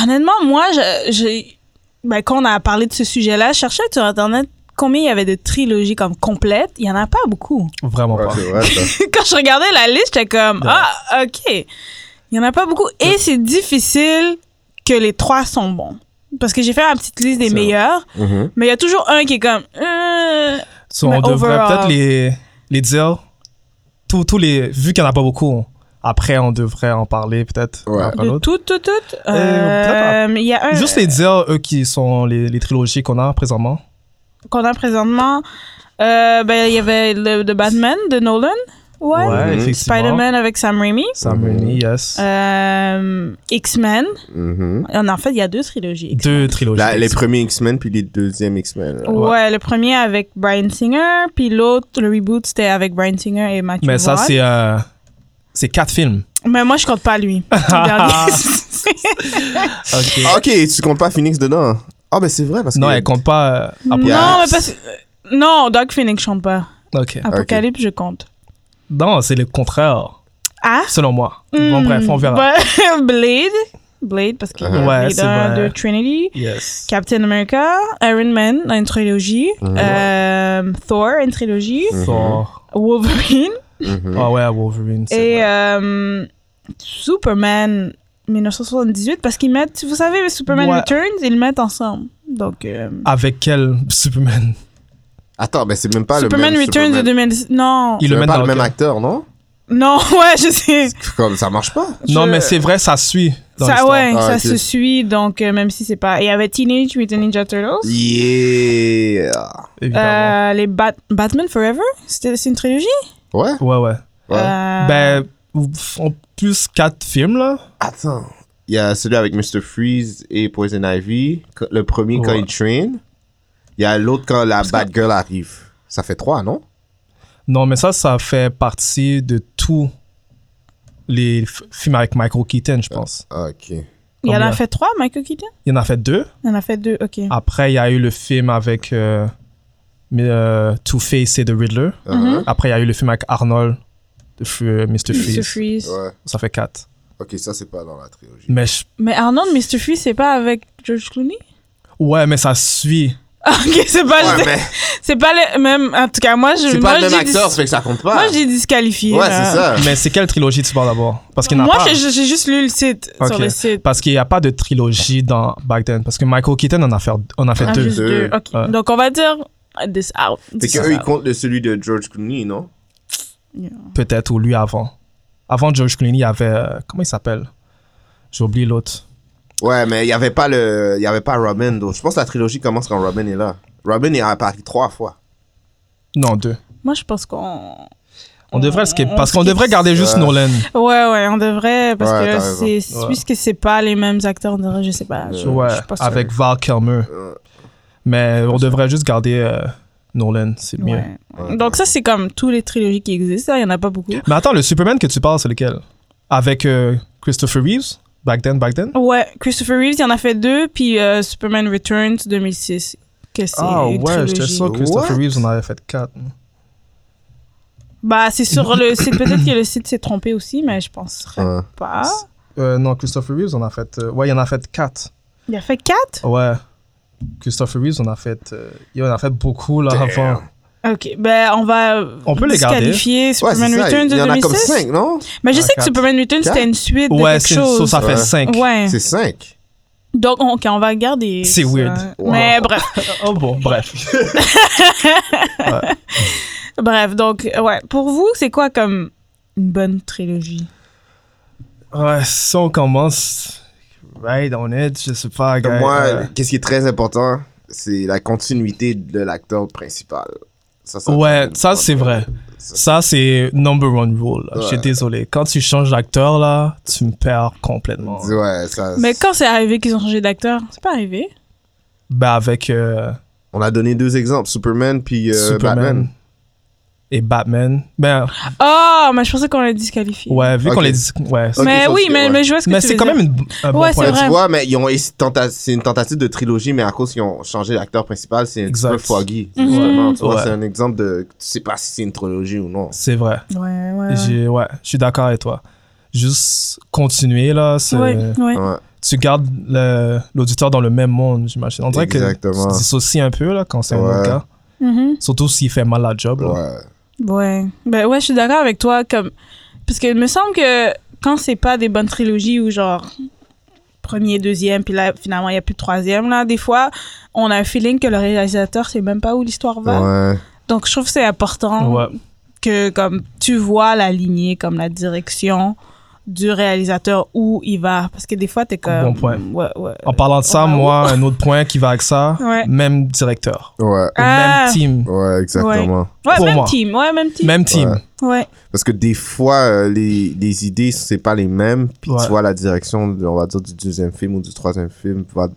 Speaker 5: Honnêtement, moi, je- j'ai. Ben, quand on a parlé de ce sujet-là, je cherchais sur Internet combien il y avait de trilogies comme complètes. Il n'y en a pas beaucoup.
Speaker 4: Vraiment
Speaker 6: Ouais,
Speaker 4: pas.
Speaker 6: c'est vrai, ça.
Speaker 5: quand je regardais la liste, j'étais comme Ah, ok. Il n'y en a pas beaucoup. Et c'est difficile que les trois sont bons. Parce que j'ai fait ma petite liste des
Speaker 4: C'est vrai.
Speaker 5: meilleurs,
Speaker 6: Mhm.
Speaker 5: mais il y a toujours un qui est comme. Euh,
Speaker 4: So, on
Speaker 5: Mais
Speaker 4: devrait
Speaker 5: overall-
Speaker 4: peut-être les, les dire. Tous, tous les, vu qu'il n'y en a pas beaucoup, après, on devrait en parler peut-être.
Speaker 6: Ouais.
Speaker 4: un par
Speaker 5: de
Speaker 4: l'autre.
Speaker 5: toutes, toutes, toutes.
Speaker 4: Euh,
Speaker 5: Euh, Il y a un.
Speaker 4: Juste les dire, eux qui sont les, les trilogies qu'on a présentement.
Speaker 5: qu'on a présentement. Euh, ben, il y avait le de Batman de Nolan. Ouais.
Speaker 6: Mhm.
Speaker 4: effectivement.
Speaker 5: Spider-Man avec Sam Raimi.
Speaker 4: Sam Raimi, yes.
Speaker 5: Euh, X-Men.
Speaker 6: Mhm.
Speaker 5: En en fait, il y a deux trilogies. X-Men.
Speaker 4: Deux trilogies.
Speaker 6: Là, les premiers X-Men, puis les deuxièmes X-Men.
Speaker 5: Ouais. le premier avec Brian Singer, puis l'autre, le reboot, c'était avec Brian Singer et Matthew
Speaker 4: Mais ça,
Speaker 5: Vaughn.
Speaker 4: c'est. euh, c'est Ah, quatre films.
Speaker 5: Mais moi, je compte pas lui. Le dernier.
Speaker 4: Ok.
Speaker 6: Ah, ok, tu comptes pas Phoenix dedans? Ah, ben c'est vrai, parce que.
Speaker 4: Non, elle compte pas. euh,
Speaker 5: non,
Speaker 4: après.
Speaker 5: mais parce Ah. que... euh, Non, Doc Phoenix chante pas.
Speaker 4: Ok.
Speaker 5: Apocalypse, je compte.
Speaker 4: Non, c'est le contraire,
Speaker 5: Ah?
Speaker 4: selon moi. Bon, bref, on verra.
Speaker 5: Ouais, Ah, Blade. Blade, parce qu'il y a
Speaker 4: Ouais,
Speaker 5: Blade
Speaker 4: c'est
Speaker 5: 1,
Speaker 4: vrai.
Speaker 5: 2, Trinity.
Speaker 4: Yes.
Speaker 5: Captain America, Iron Man dans une trilogie, euh, Thor une trilogie,
Speaker 4: Thor.
Speaker 5: Wolverine
Speaker 6: Mhm.
Speaker 4: Ah ouais, Wolverine. c'est
Speaker 5: et
Speaker 4: vrai.
Speaker 5: euh, Superman 1978 parce qu'ils mettent, vous savez, Superman
Speaker 4: Ouais. Ah,
Speaker 5: Returns, ils le mettent ensemble. Donc euh,
Speaker 4: Avec quel Superman
Speaker 6: Attends, ben c'est même pas
Speaker 5: Superman
Speaker 6: le même.
Speaker 5: Returns de 2010. Non,
Speaker 4: Il
Speaker 6: C'est
Speaker 4: le
Speaker 6: même
Speaker 4: met
Speaker 6: pas
Speaker 4: dans
Speaker 6: le même
Speaker 4: lequel
Speaker 6: acteur, non?
Speaker 5: non, ouais, je sais.
Speaker 6: Comme ça marche pas.
Speaker 4: Non,
Speaker 5: Je-
Speaker 4: mais c'est vrai, ça suit. Dans
Speaker 5: Ça,
Speaker 4: l'histoire.
Speaker 5: ouais,
Speaker 6: Ah,
Speaker 5: ça
Speaker 6: ok.
Speaker 5: se suit. Donc euh, même si c'est pas, il y avait Teenage Mutant Ninja Turtles.
Speaker 6: Yeah.
Speaker 4: Évidemment.
Speaker 5: Euh, les Bat- Batman Forever, c'était- c'est une trilogie.
Speaker 6: Ouais.
Speaker 4: Ouais, ouais.
Speaker 6: Ouais.
Speaker 5: Euh,
Speaker 4: Ben, en plus, quatre films, là.
Speaker 6: Attends. Il y a celui avec Mr. Freeze et Poison Ivy. Qu- Le premier quand
Speaker 4: Ouais.
Speaker 6: il train. Il y a l'autre quand la
Speaker 4: que-
Speaker 6: Batgirl arrive. Ça fait trois, non?
Speaker 4: Non, mais ça, ça fait partie de tous les f- films avec Michael Keaton, je pense.
Speaker 6: Ah, Ok.
Speaker 5: Il y en
Speaker 4: Combien?
Speaker 5: a fait trois, Michael Keaton?
Speaker 4: Il y en a fait deux.
Speaker 5: Il y en a fait deux, ok.
Speaker 4: Après, il y a eu le film avec euh, mais, euh, Two-Face et The Riddler.
Speaker 5: Mhm.
Speaker 6: Uh-huh.
Speaker 4: Après, il y a eu le film avec Arnold, de F- euh, Mr.
Speaker 5: Mr.
Speaker 4: Freeze.
Speaker 5: Freeze.
Speaker 6: Ouais.
Speaker 4: Ça fait quatre.
Speaker 6: Ok, ça c'est pas dans la trilogie.
Speaker 4: Mais je-
Speaker 5: Mais Arnold, Mr. Freeze, c'est pas avec George Clooney?
Speaker 4: ouais, mais ça suit.
Speaker 5: ok, c'est pas,
Speaker 6: Ouais,
Speaker 5: le-
Speaker 6: mais
Speaker 5: c'est pas le même. En tout cas, moi, je.
Speaker 6: c'est
Speaker 5: moi,
Speaker 6: pas le
Speaker 5: je
Speaker 6: même
Speaker 5: dis-
Speaker 6: acteur, ça fait que ça compte pas.
Speaker 5: Moi, j'ai euh, disqualifié.
Speaker 6: Ouais,
Speaker 5: là.
Speaker 6: c'est ça.
Speaker 4: Mais c'est quelle trilogie tu parles d'abord Parce qu'il n'y en a
Speaker 5: Moi,
Speaker 4: pas.
Speaker 5: j'ai- j'ai j'ai juste lu le site,
Speaker 4: Ok.
Speaker 5: sur le site.
Speaker 4: Parce qu'il n'y a pas de trilogie dans Back Then. Parce que Michael Keaton en a fait, on a fait
Speaker 5: Ah,
Speaker 4: deux.
Speaker 5: juste deux.
Speaker 6: Deux.
Speaker 5: Ok.
Speaker 4: Ouais.
Speaker 5: Donc, on va dire uh, this out.
Speaker 6: C'est
Speaker 5: This
Speaker 6: qu'eux,
Speaker 5: out.
Speaker 6: ils comptent de celui de George Clooney, non?
Speaker 4: Peut-être, ou lui avant. Avant George Clooney, il y avait. euh, comment il s'appelle J'ai oublié l'autre.
Speaker 6: Ouais, mais il y avait pas le, il y avait pas Robin. Donc, je pense que la trilogie commence quand Robin est là. Robin est à Paris trois fois.
Speaker 4: Non, deux.
Speaker 5: Moi, je pense qu'on.
Speaker 4: On devrait le skip.
Speaker 5: on
Speaker 4: Parce qu'on
Speaker 5: skip. Euh,
Speaker 4: devrait garder juste
Speaker 6: Ouais.
Speaker 4: Nolan.
Speaker 5: Ouais, ouais, on devrait. Parce
Speaker 6: Ouais,
Speaker 5: que
Speaker 6: t'as
Speaker 5: c'est. c'est-
Speaker 4: Ouais.
Speaker 5: Puisque c'est pas les mêmes acteurs, on dirait, je sais pas. Je,
Speaker 4: Ouais,
Speaker 5: je suis pas sûre.
Speaker 4: avec Val Kilmer.
Speaker 6: Ouais.
Speaker 4: Mais on devrait juste garder euh, Nolan, c'est mieux.
Speaker 5: Ouais. Donc, ça, c'est comme tous les trilogies qui existent. là, Il y en a pas beaucoup.
Speaker 4: Mais attends, le Superman que tu parles, c'est lequel Avec euh, Christopher Reeves Back then, back then
Speaker 5: Ouais, Christopher Reeves, il y en a fait deux, puis euh, Superman Returns 2006. Que c'est
Speaker 4: Ah
Speaker 5: une
Speaker 4: ouais,
Speaker 5: trilogie.
Speaker 4: j'étais sûr que Christopher
Speaker 6: What?
Speaker 4: Reeves en avait fait quatre.
Speaker 5: Bah, c'est sur le site. Peut-être que le site s'est trompé aussi, mais je penserais
Speaker 6: Ouais.
Speaker 5: pas.
Speaker 4: Euh, non, Christopher Reeves en a fait. euh, ouais, il en a fait quatre.
Speaker 5: Il a fait quatre?
Speaker 4: Ouais. Christopher Reeves en a fait. euh, il en a fait beaucoup là
Speaker 6: Damn.
Speaker 4: avant.
Speaker 5: Ok, ben on va
Speaker 4: On peut les garder.
Speaker 5: disqualifier
Speaker 6: Ouais,
Speaker 5: Superman
Speaker 6: c'est ça.
Speaker 5: Returns
Speaker 6: Il
Speaker 5: de
Speaker 6: y en a comme
Speaker 5: 2006.
Speaker 6: cinq, non?
Speaker 5: Mais Ben, je
Speaker 4: Ah,
Speaker 5: sais que
Speaker 4: quatre.
Speaker 5: Superman Returns
Speaker 6: Quatre?
Speaker 5: c'était une suite de
Speaker 4: Ouais,
Speaker 5: quelque
Speaker 4: c'est- so-
Speaker 5: chose.
Speaker 4: ça fait
Speaker 6: Ouais.
Speaker 4: cinq.
Speaker 5: Ouais.
Speaker 6: C'est cinq.
Speaker 5: Donc on- ok, on va garder.
Speaker 4: C'est
Speaker 5: ça.
Speaker 4: weird.
Speaker 6: Wow.
Speaker 5: Mais bref,
Speaker 4: Oh bon, bref.
Speaker 5: bref. Donc ouais, pour vous c'est quoi comme une bonne trilogie?
Speaker 4: Ouais, si on commence. Right on it, je sais pas.
Speaker 6: Pour
Speaker 4: gars,
Speaker 6: moi,
Speaker 4: euh,
Speaker 6: qu'est-ce qui est très important, c'est la continuité de l'acteur principal. Ça, ça-
Speaker 4: Ouais, ça c'est vrai. Ça c'est number one rule. là. Je suis
Speaker 6: Ouais.
Speaker 4: désolé. Quand tu changes d'acteur là, tu me perds complètement.
Speaker 6: Ouais, ça.
Speaker 5: Mais quand c'est arrivé qu'ils ont changé d'acteur, c'est pas arrivé.
Speaker 4: Bah avec euh,
Speaker 6: On a donné deux exemples, Superman puis euh,
Speaker 4: Superman
Speaker 6: Batman.
Speaker 4: et Batman. Ben
Speaker 5: Oh, mais je pensais qu'on l'a disqualifié.
Speaker 4: ouais, vu qu'on
Speaker 6: Ok.
Speaker 4: les dit, ouais. c'est-
Speaker 6: Ok,
Speaker 5: Mais
Speaker 6: ça,
Speaker 5: oui,
Speaker 6: c'est-
Speaker 5: mais,
Speaker 6: ouais.
Speaker 5: mais je vois ce que
Speaker 4: Mais
Speaker 5: tu
Speaker 4: c'est
Speaker 5: veux
Speaker 4: quand
Speaker 5: dire.
Speaker 4: même une, un
Speaker 5: Ouais,
Speaker 4: bon point.
Speaker 5: c'est
Speaker 6: Mais
Speaker 5: vrai.
Speaker 6: tu vois, mais ils ont, ils tenta- c'est une tentative de trilogie, mais à cause qu'ils ont changé l'acteur principal, c'est un petit
Speaker 4: Exact.
Speaker 6: peu foggy.
Speaker 5: Mhm.
Speaker 6: justement. Tu vois,
Speaker 4: Ouais.
Speaker 6: c'est un exemple de. Tu sais pas si c'est une trilogie ou non.
Speaker 4: C'est vrai.
Speaker 5: Ouais, Ah ouais. ouais.
Speaker 4: J'ai- ouais, je suis d'accord avec toi. Juste continuer là, c'est-
Speaker 5: Ouais, ouais.
Speaker 6: Ouais.
Speaker 4: tu gardes le- l'auditeur dans le même monde, j'imagine. On dirait
Speaker 6: Exactement.
Speaker 4: que tu dissocies un peu là quand c'est un
Speaker 6: Ouais.
Speaker 4: autre gars.
Speaker 5: Mhm.
Speaker 4: Surtout s'il fait mal la job. là.
Speaker 6: Ouais.
Speaker 5: Ouais. Ben ouais, je suis d'accord avec toi. Comme... Parce que il me semble que quand c'est pas des bonnes trilogies ou genre premier, deuxième, puis là, finalement, il n'y a plus de troisième, là, des fois, on a un feeling que le réalisateur sait même pas où l'histoire va.
Speaker 6: Ouais.
Speaker 5: Donc, je trouve que c'est important
Speaker 4: Ouais.
Speaker 5: que, comme, tu vois la lignée, comme la direction du réalisateur où il va. Parce que des fois, t'es comme...
Speaker 4: Bon point.
Speaker 5: Ouais, ouais.
Speaker 4: En parlant de ça,
Speaker 5: Ah,
Speaker 4: moi, un autre point qui va avec ça,
Speaker 5: Ouais.
Speaker 4: même directeur,
Speaker 6: Ouais.
Speaker 4: ou
Speaker 5: Ah.
Speaker 4: même team.
Speaker 6: Ouais, exactement.
Speaker 5: Ouais,
Speaker 4: pour
Speaker 5: même
Speaker 4: moi.
Speaker 5: team. Ouais, même team.
Speaker 4: Même team.
Speaker 6: Ouais.
Speaker 5: Ouais.
Speaker 6: Parce que des fois, euh, les, les idées, c'est pas les mêmes. Puis
Speaker 4: Ouais.
Speaker 6: tu vois, la direction, on va dire, du deuxième film ou du troisième film va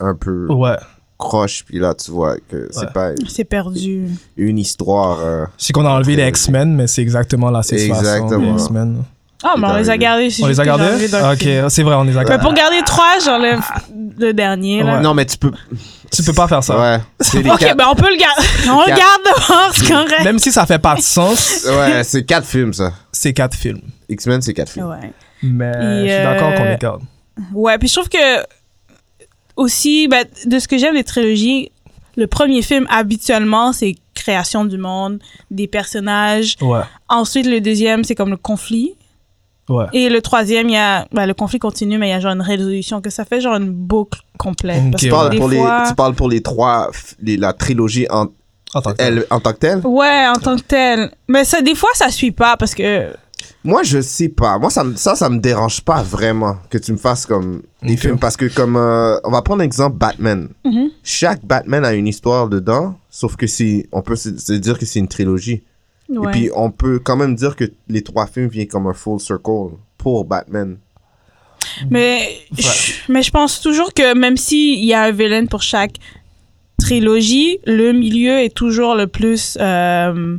Speaker 6: un peu
Speaker 4: Ouais.
Speaker 6: croche. Puis là, tu vois que c'est
Speaker 4: Oh. Ouais.
Speaker 6: pas
Speaker 5: C'est perdu.
Speaker 6: une histoire. euh,
Speaker 4: Je sais qu'on a enlevé les X-Men, mais c'est exactement la situation
Speaker 6: Exactement.
Speaker 4: des X-Men.
Speaker 5: Ah, mais on les a gardés. c'est
Speaker 4: On
Speaker 5: juste
Speaker 4: les a
Speaker 5: que j'ai
Speaker 4: gardés
Speaker 5: enlevé d'un film.
Speaker 4: Ok, c'est vrai, on les a
Speaker 5: Mais
Speaker 4: gardés.
Speaker 5: pour garder trois, j'enlève
Speaker 6: Ah.
Speaker 5: le dernier. Là.
Speaker 4: Ouais.
Speaker 6: Non, mais tu peux.
Speaker 4: Tu peux pas faire ça.
Speaker 6: Ouais. C'est les
Speaker 5: Ok,
Speaker 6: quatre.
Speaker 5: ben on peut le garder. On le
Speaker 6: Quatre.
Speaker 5: garde dehors, c'est correct.
Speaker 4: Même si ça fait pas de sens,
Speaker 6: Ouais, c'est quatre films, ça.
Speaker 4: c'est quatre films.
Speaker 6: X-Men, c'est quatre films.
Speaker 5: Ouais.
Speaker 4: Mais
Speaker 5: Et,
Speaker 4: je suis d'accord qu'on
Speaker 5: euh,
Speaker 4: les garde.
Speaker 5: ouais, puis je trouve que aussi, ben, de ce que j'aime des trilogies, le premier film, habituellement, c'est création du monde, des personnages.
Speaker 4: Ouais.
Speaker 5: Ensuite, le deuxième, c'est comme le conflit.
Speaker 4: Ouais.
Speaker 5: Et le troisième, il y a ben, le conflit continue, mais il y a genre une résolution que ça fait genre une boucle complète.
Speaker 4: Ok,
Speaker 5: Parce
Speaker 6: Tu
Speaker 5: que
Speaker 4: ouais.
Speaker 6: parles,
Speaker 5: des
Speaker 6: pour les,
Speaker 5: fois-
Speaker 6: tu parles pour les trois, f- les- la trilogie en,
Speaker 4: Attends.
Speaker 6: elle, en tant que telle?
Speaker 5: Ouais, en tant que tel. Mais ça, des fois, ça suit pas parce que
Speaker 6: Moi, je sais pas. Moi, ça, me- ça, ça me dérange pas vraiment que tu me fasses comme des
Speaker 4: Ok.
Speaker 6: films. Parce que, comme, euh, on va prendre l'exemple Batman.
Speaker 5: Mhm.
Speaker 6: Chaque Batman a une histoire dedans, sauf que c'est, on peut se, se dire que c'est une trilogie. Et
Speaker 5: Ouais.
Speaker 6: puis, on peut quand même dire que les trois films viennent comme un full circle pour Batman.
Speaker 5: Mais, je, mais je pense toujours que même s'il y a un villain pour chaque trilogie, le milieu est toujours le plus euh,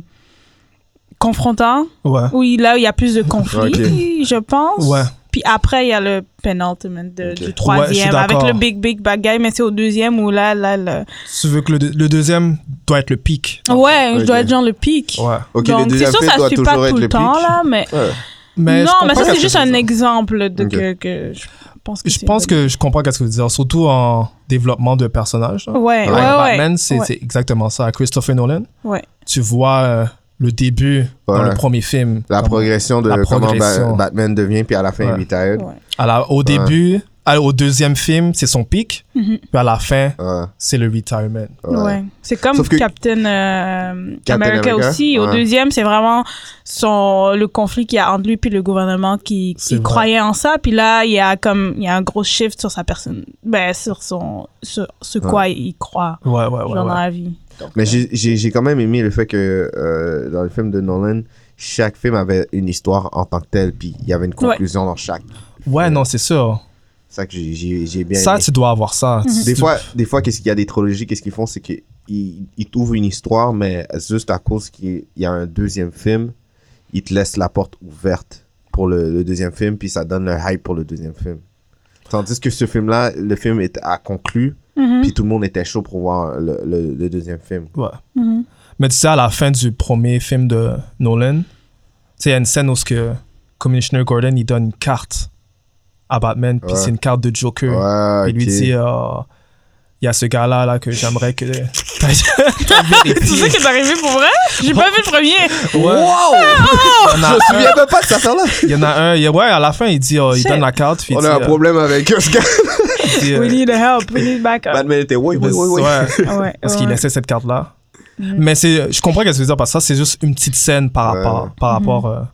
Speaker 5: confrontant.
Speaker 4: Ouais.
Speaker 5: Oui, là où il y a plus de conflits, je pense.
Speaker 4: Ouais.
Speaker 5: Puis après, il y a le penultimate de-
Speaker 4: Ouais,
Speaker 5: du
Speaker 6: Ok.
Speaker 4: je suis
Speaker 5: troisième
Speaker 4: d'accord.
Speaker 5: avec le big, big bad guy, mais c'est au deuxième où là, là, le...
Speaker 4: Tu veux que le, deux- le deuxième doit être le pic.
Speaker 5: Ouais, je dois
Speaker 6: Ok.
Speaker 5: être genre le pic.
Speaker 4: Ouais.
Speaker 6: Ok,
Speaker 5: Donc,
Speaker 6: le
Speaker 5: c'est
Speaker 6: deuxième
Speaker 5: sûr,
Speaker 6: film
Speaker 5: ça
Speaker 6: doit
Speaker 5: suit pas
Speaker 6: toujours être
Speaker 5: tout
Speaker 6: le
Speaker 5: le temps,
Speaker 6: pitch.
Speaker 5: là, mais...
Speaker 6: Ouais.
Speaker 4: Mais
Speaker 5: non,
Speaker 4: je
Speaker 5: mais
Speaker 4: comprends
Speaker 5: ça,
Speaker 4: qu'est-ce
Speaker 5: c'est
Speaker 4: que
Speaker 5: juste
Speaker 4: tu veux
Speaker 5: un
Speaker 4: dire.
Speaker 5: exemple de
Speaker 6: Ok.
Speaker 5: que, que je pense que
Speaker 4: Je
Speaker 5: c'est
Speaker 4: pense
Speaker 5: une
Speaker 4: que je comprends qu'est-ce que vous dire, surtout en développement de personnage. là.
Speaker 5: bonne- Ouais, ouais,
Speaker 4: Avec
Speaker 5: ouais.
Speaker 4: Batman, c'est
Speaker 5: ouais.
Speaker 4: c'est exactement ça. Christopher Nolan,
Speaker 5: Ouais.
Speaker 4: tu vois euh, le début dans
Speaker 6: Ouais.
Speaker 4: le premier film.
Speaker 6: La
Speaker 4: Comme-
Speaker 6: progression de
Speaker 4: La
Speaker 6: comment Ba-
Speaker 4: progression.
Speaker 6: Batman devient, puis à la fin,
Speaker 4: Ouais.
Speaker 6: il retired.
Speaker 5: Ouais.
Speaker 4: à la- au début, à- au deuxième film, c'est son pic.
Speaker 5: Mhm.
Speaker 4: Puis à la fin,
Speaker 6: Ouais,
Speaker 4: c'est le retirement.
Speaker 6: ouais.
Speaker 5: Ouais. C'est comme
Speaker 6: Sauf que-
Speaker 5: Captain, euh,
Speaker 6: Captain
Speaker 5: America,
Speaker 6: America,
Speaker 5: aussi. Au
Speaker 6: ouais.
Speaker 5: deuxième, c'est vraiment son, le conflit qu'il y a entre lui puis le gouvernement qui,
Speaker 4: C'est
Speaker 5: qui
Speaker 4: vrai.
Speaker 5: croyait en ça. Puis là, il y a comme il y a un gros shift sur sa personne, ben, sur son sur ce quoi il croit
Speaker 4: Ouais, ouais, ouais.
Speaker 5: genre dans
Speaker 4: ouais.
Speaker 5: la vie. Donc,
Speaker 6: Mais
Speaker 5: euh,
Speaker 6: j'ai- j'ai j'ai quand même aimé le fait que euh, dans le film de Nolan, chaque film avait une histoire en tant que telle, puis il y avait une conclusion dans chaque.
Speaker 4: Ouais, non, c'est sûr.
Speaker 6: Ça que j'ai- j'ai j'ai bien
Speaker 4: Ça,
Speaker 6: aimé.
Speaker 4: tu dois avoir ça.
Speaker 5: Mhm.
Speaker 4: Tu-
Speaker 6: Des fois, des fois qu'est-ce qu'il y a des trilogies, qu'est-ce qu'ils font, c'est qu'ils ils t'ouvrent une histoire, mais juste à cause qu'il y a un deuxième film, ils te laissent la porte ouverte pour le, le deuxième film, puis ça donne le hype pour le deuxième film. Tandis que ce film-là, le film est, a conclu,
Speaker 5: mhm,
Speaker 6: puis tout le monde était chaud pour voir le, le- le deuxième film.
Speaker 4: Ouais.
Speaker 5: mhm.
Speaker 4: Mais tu sais, à la fin du premier film de Nolan, tu sais, il y a une scène où ce que Commissioner Gordon, il donne une carte à Batman, puis
Speaker 6: Ouais.
Speaker 4: c'est une carte de Joker.
Speaker 6: Ouais,
Speaker 4: Il lui
Speaker 6: ok.
Speaker 4: dit, Ah, il y a ce gars-là là, que j'aimerais que...
Speaker 5: C'est ça qui est arrivé pour vrai? J'ai pas vu le premier.
Speaker 6: Wow!
Speaker 4: Il y en a
Speaker 6: Je me
Speaker 4: un-
Speaker 6: souviens même pas de cette affaire-là.
Speaker 4: Il y en a un, il- ouais, à la fin, il dit, oh, il
Speaker 5: Shit.
Speaker 4: donne la carte, puis il
Speaker 6: On
Speaker 4: dit,
Speaker 6: a un
Speaker 4: euh,
Speaker 6: problème avec ce gars.
Speaker 4: il dit, euh,
Speaker 5: We need help, we need backup.
Speaker 6: Batman était oui, oui, oui, oui.
Speaker 4: ouais,
Speaker 5: Ouais,
Speaker 4: Bah, parce qu'il
Speaker 5: ouais.
Speaker 4: laissait cette carte-là.
Speaker 5: Mhm.
Speaker 4: Mais c'est, je comprends ce que tu veux dire, parce que ça, c'est juste une petite scène par
Speaker 6: Ouais.
Speaker 4: rapport, par rapport.
Speaker 5: Mm-hmm.
Speaker 4: euh,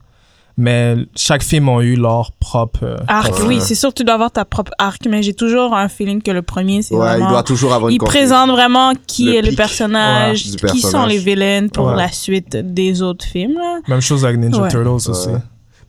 Speaker 4: mais chaque film a eu leur propre. euh,
Speaker 5: Arc,
Speaker 6: Ouais.
Speaker 5: oui, c'est sûr, tu dois avoir ta propre arc, mais j'ai toujours un feeling que le premier, c'est
Speaker 6: Ouais,
Speaker 5: vraiment...
Speaker 6: il doit toujours avoir une
Speaker 5: Il
Speaker 6: conclusion.
Speaker 5: présente vraiment qui
Speaker 6: Le
Speaker 5: est le
Speaker 6: pic,
Speaker 5: personnage,
Speaker 6: ouais, du
Speaker 5: qui sont
Speaker 6: personnage.
Speaker 5: les vilaines pour
Speaker 4: Ouais.
Speaker 5: la suite des autres films. Là.
Speaker 4: même chose avec Ninja
Speaker 5: Ouais.
Speaker 4: Turtles aussi.
Speaker 6: Ouais.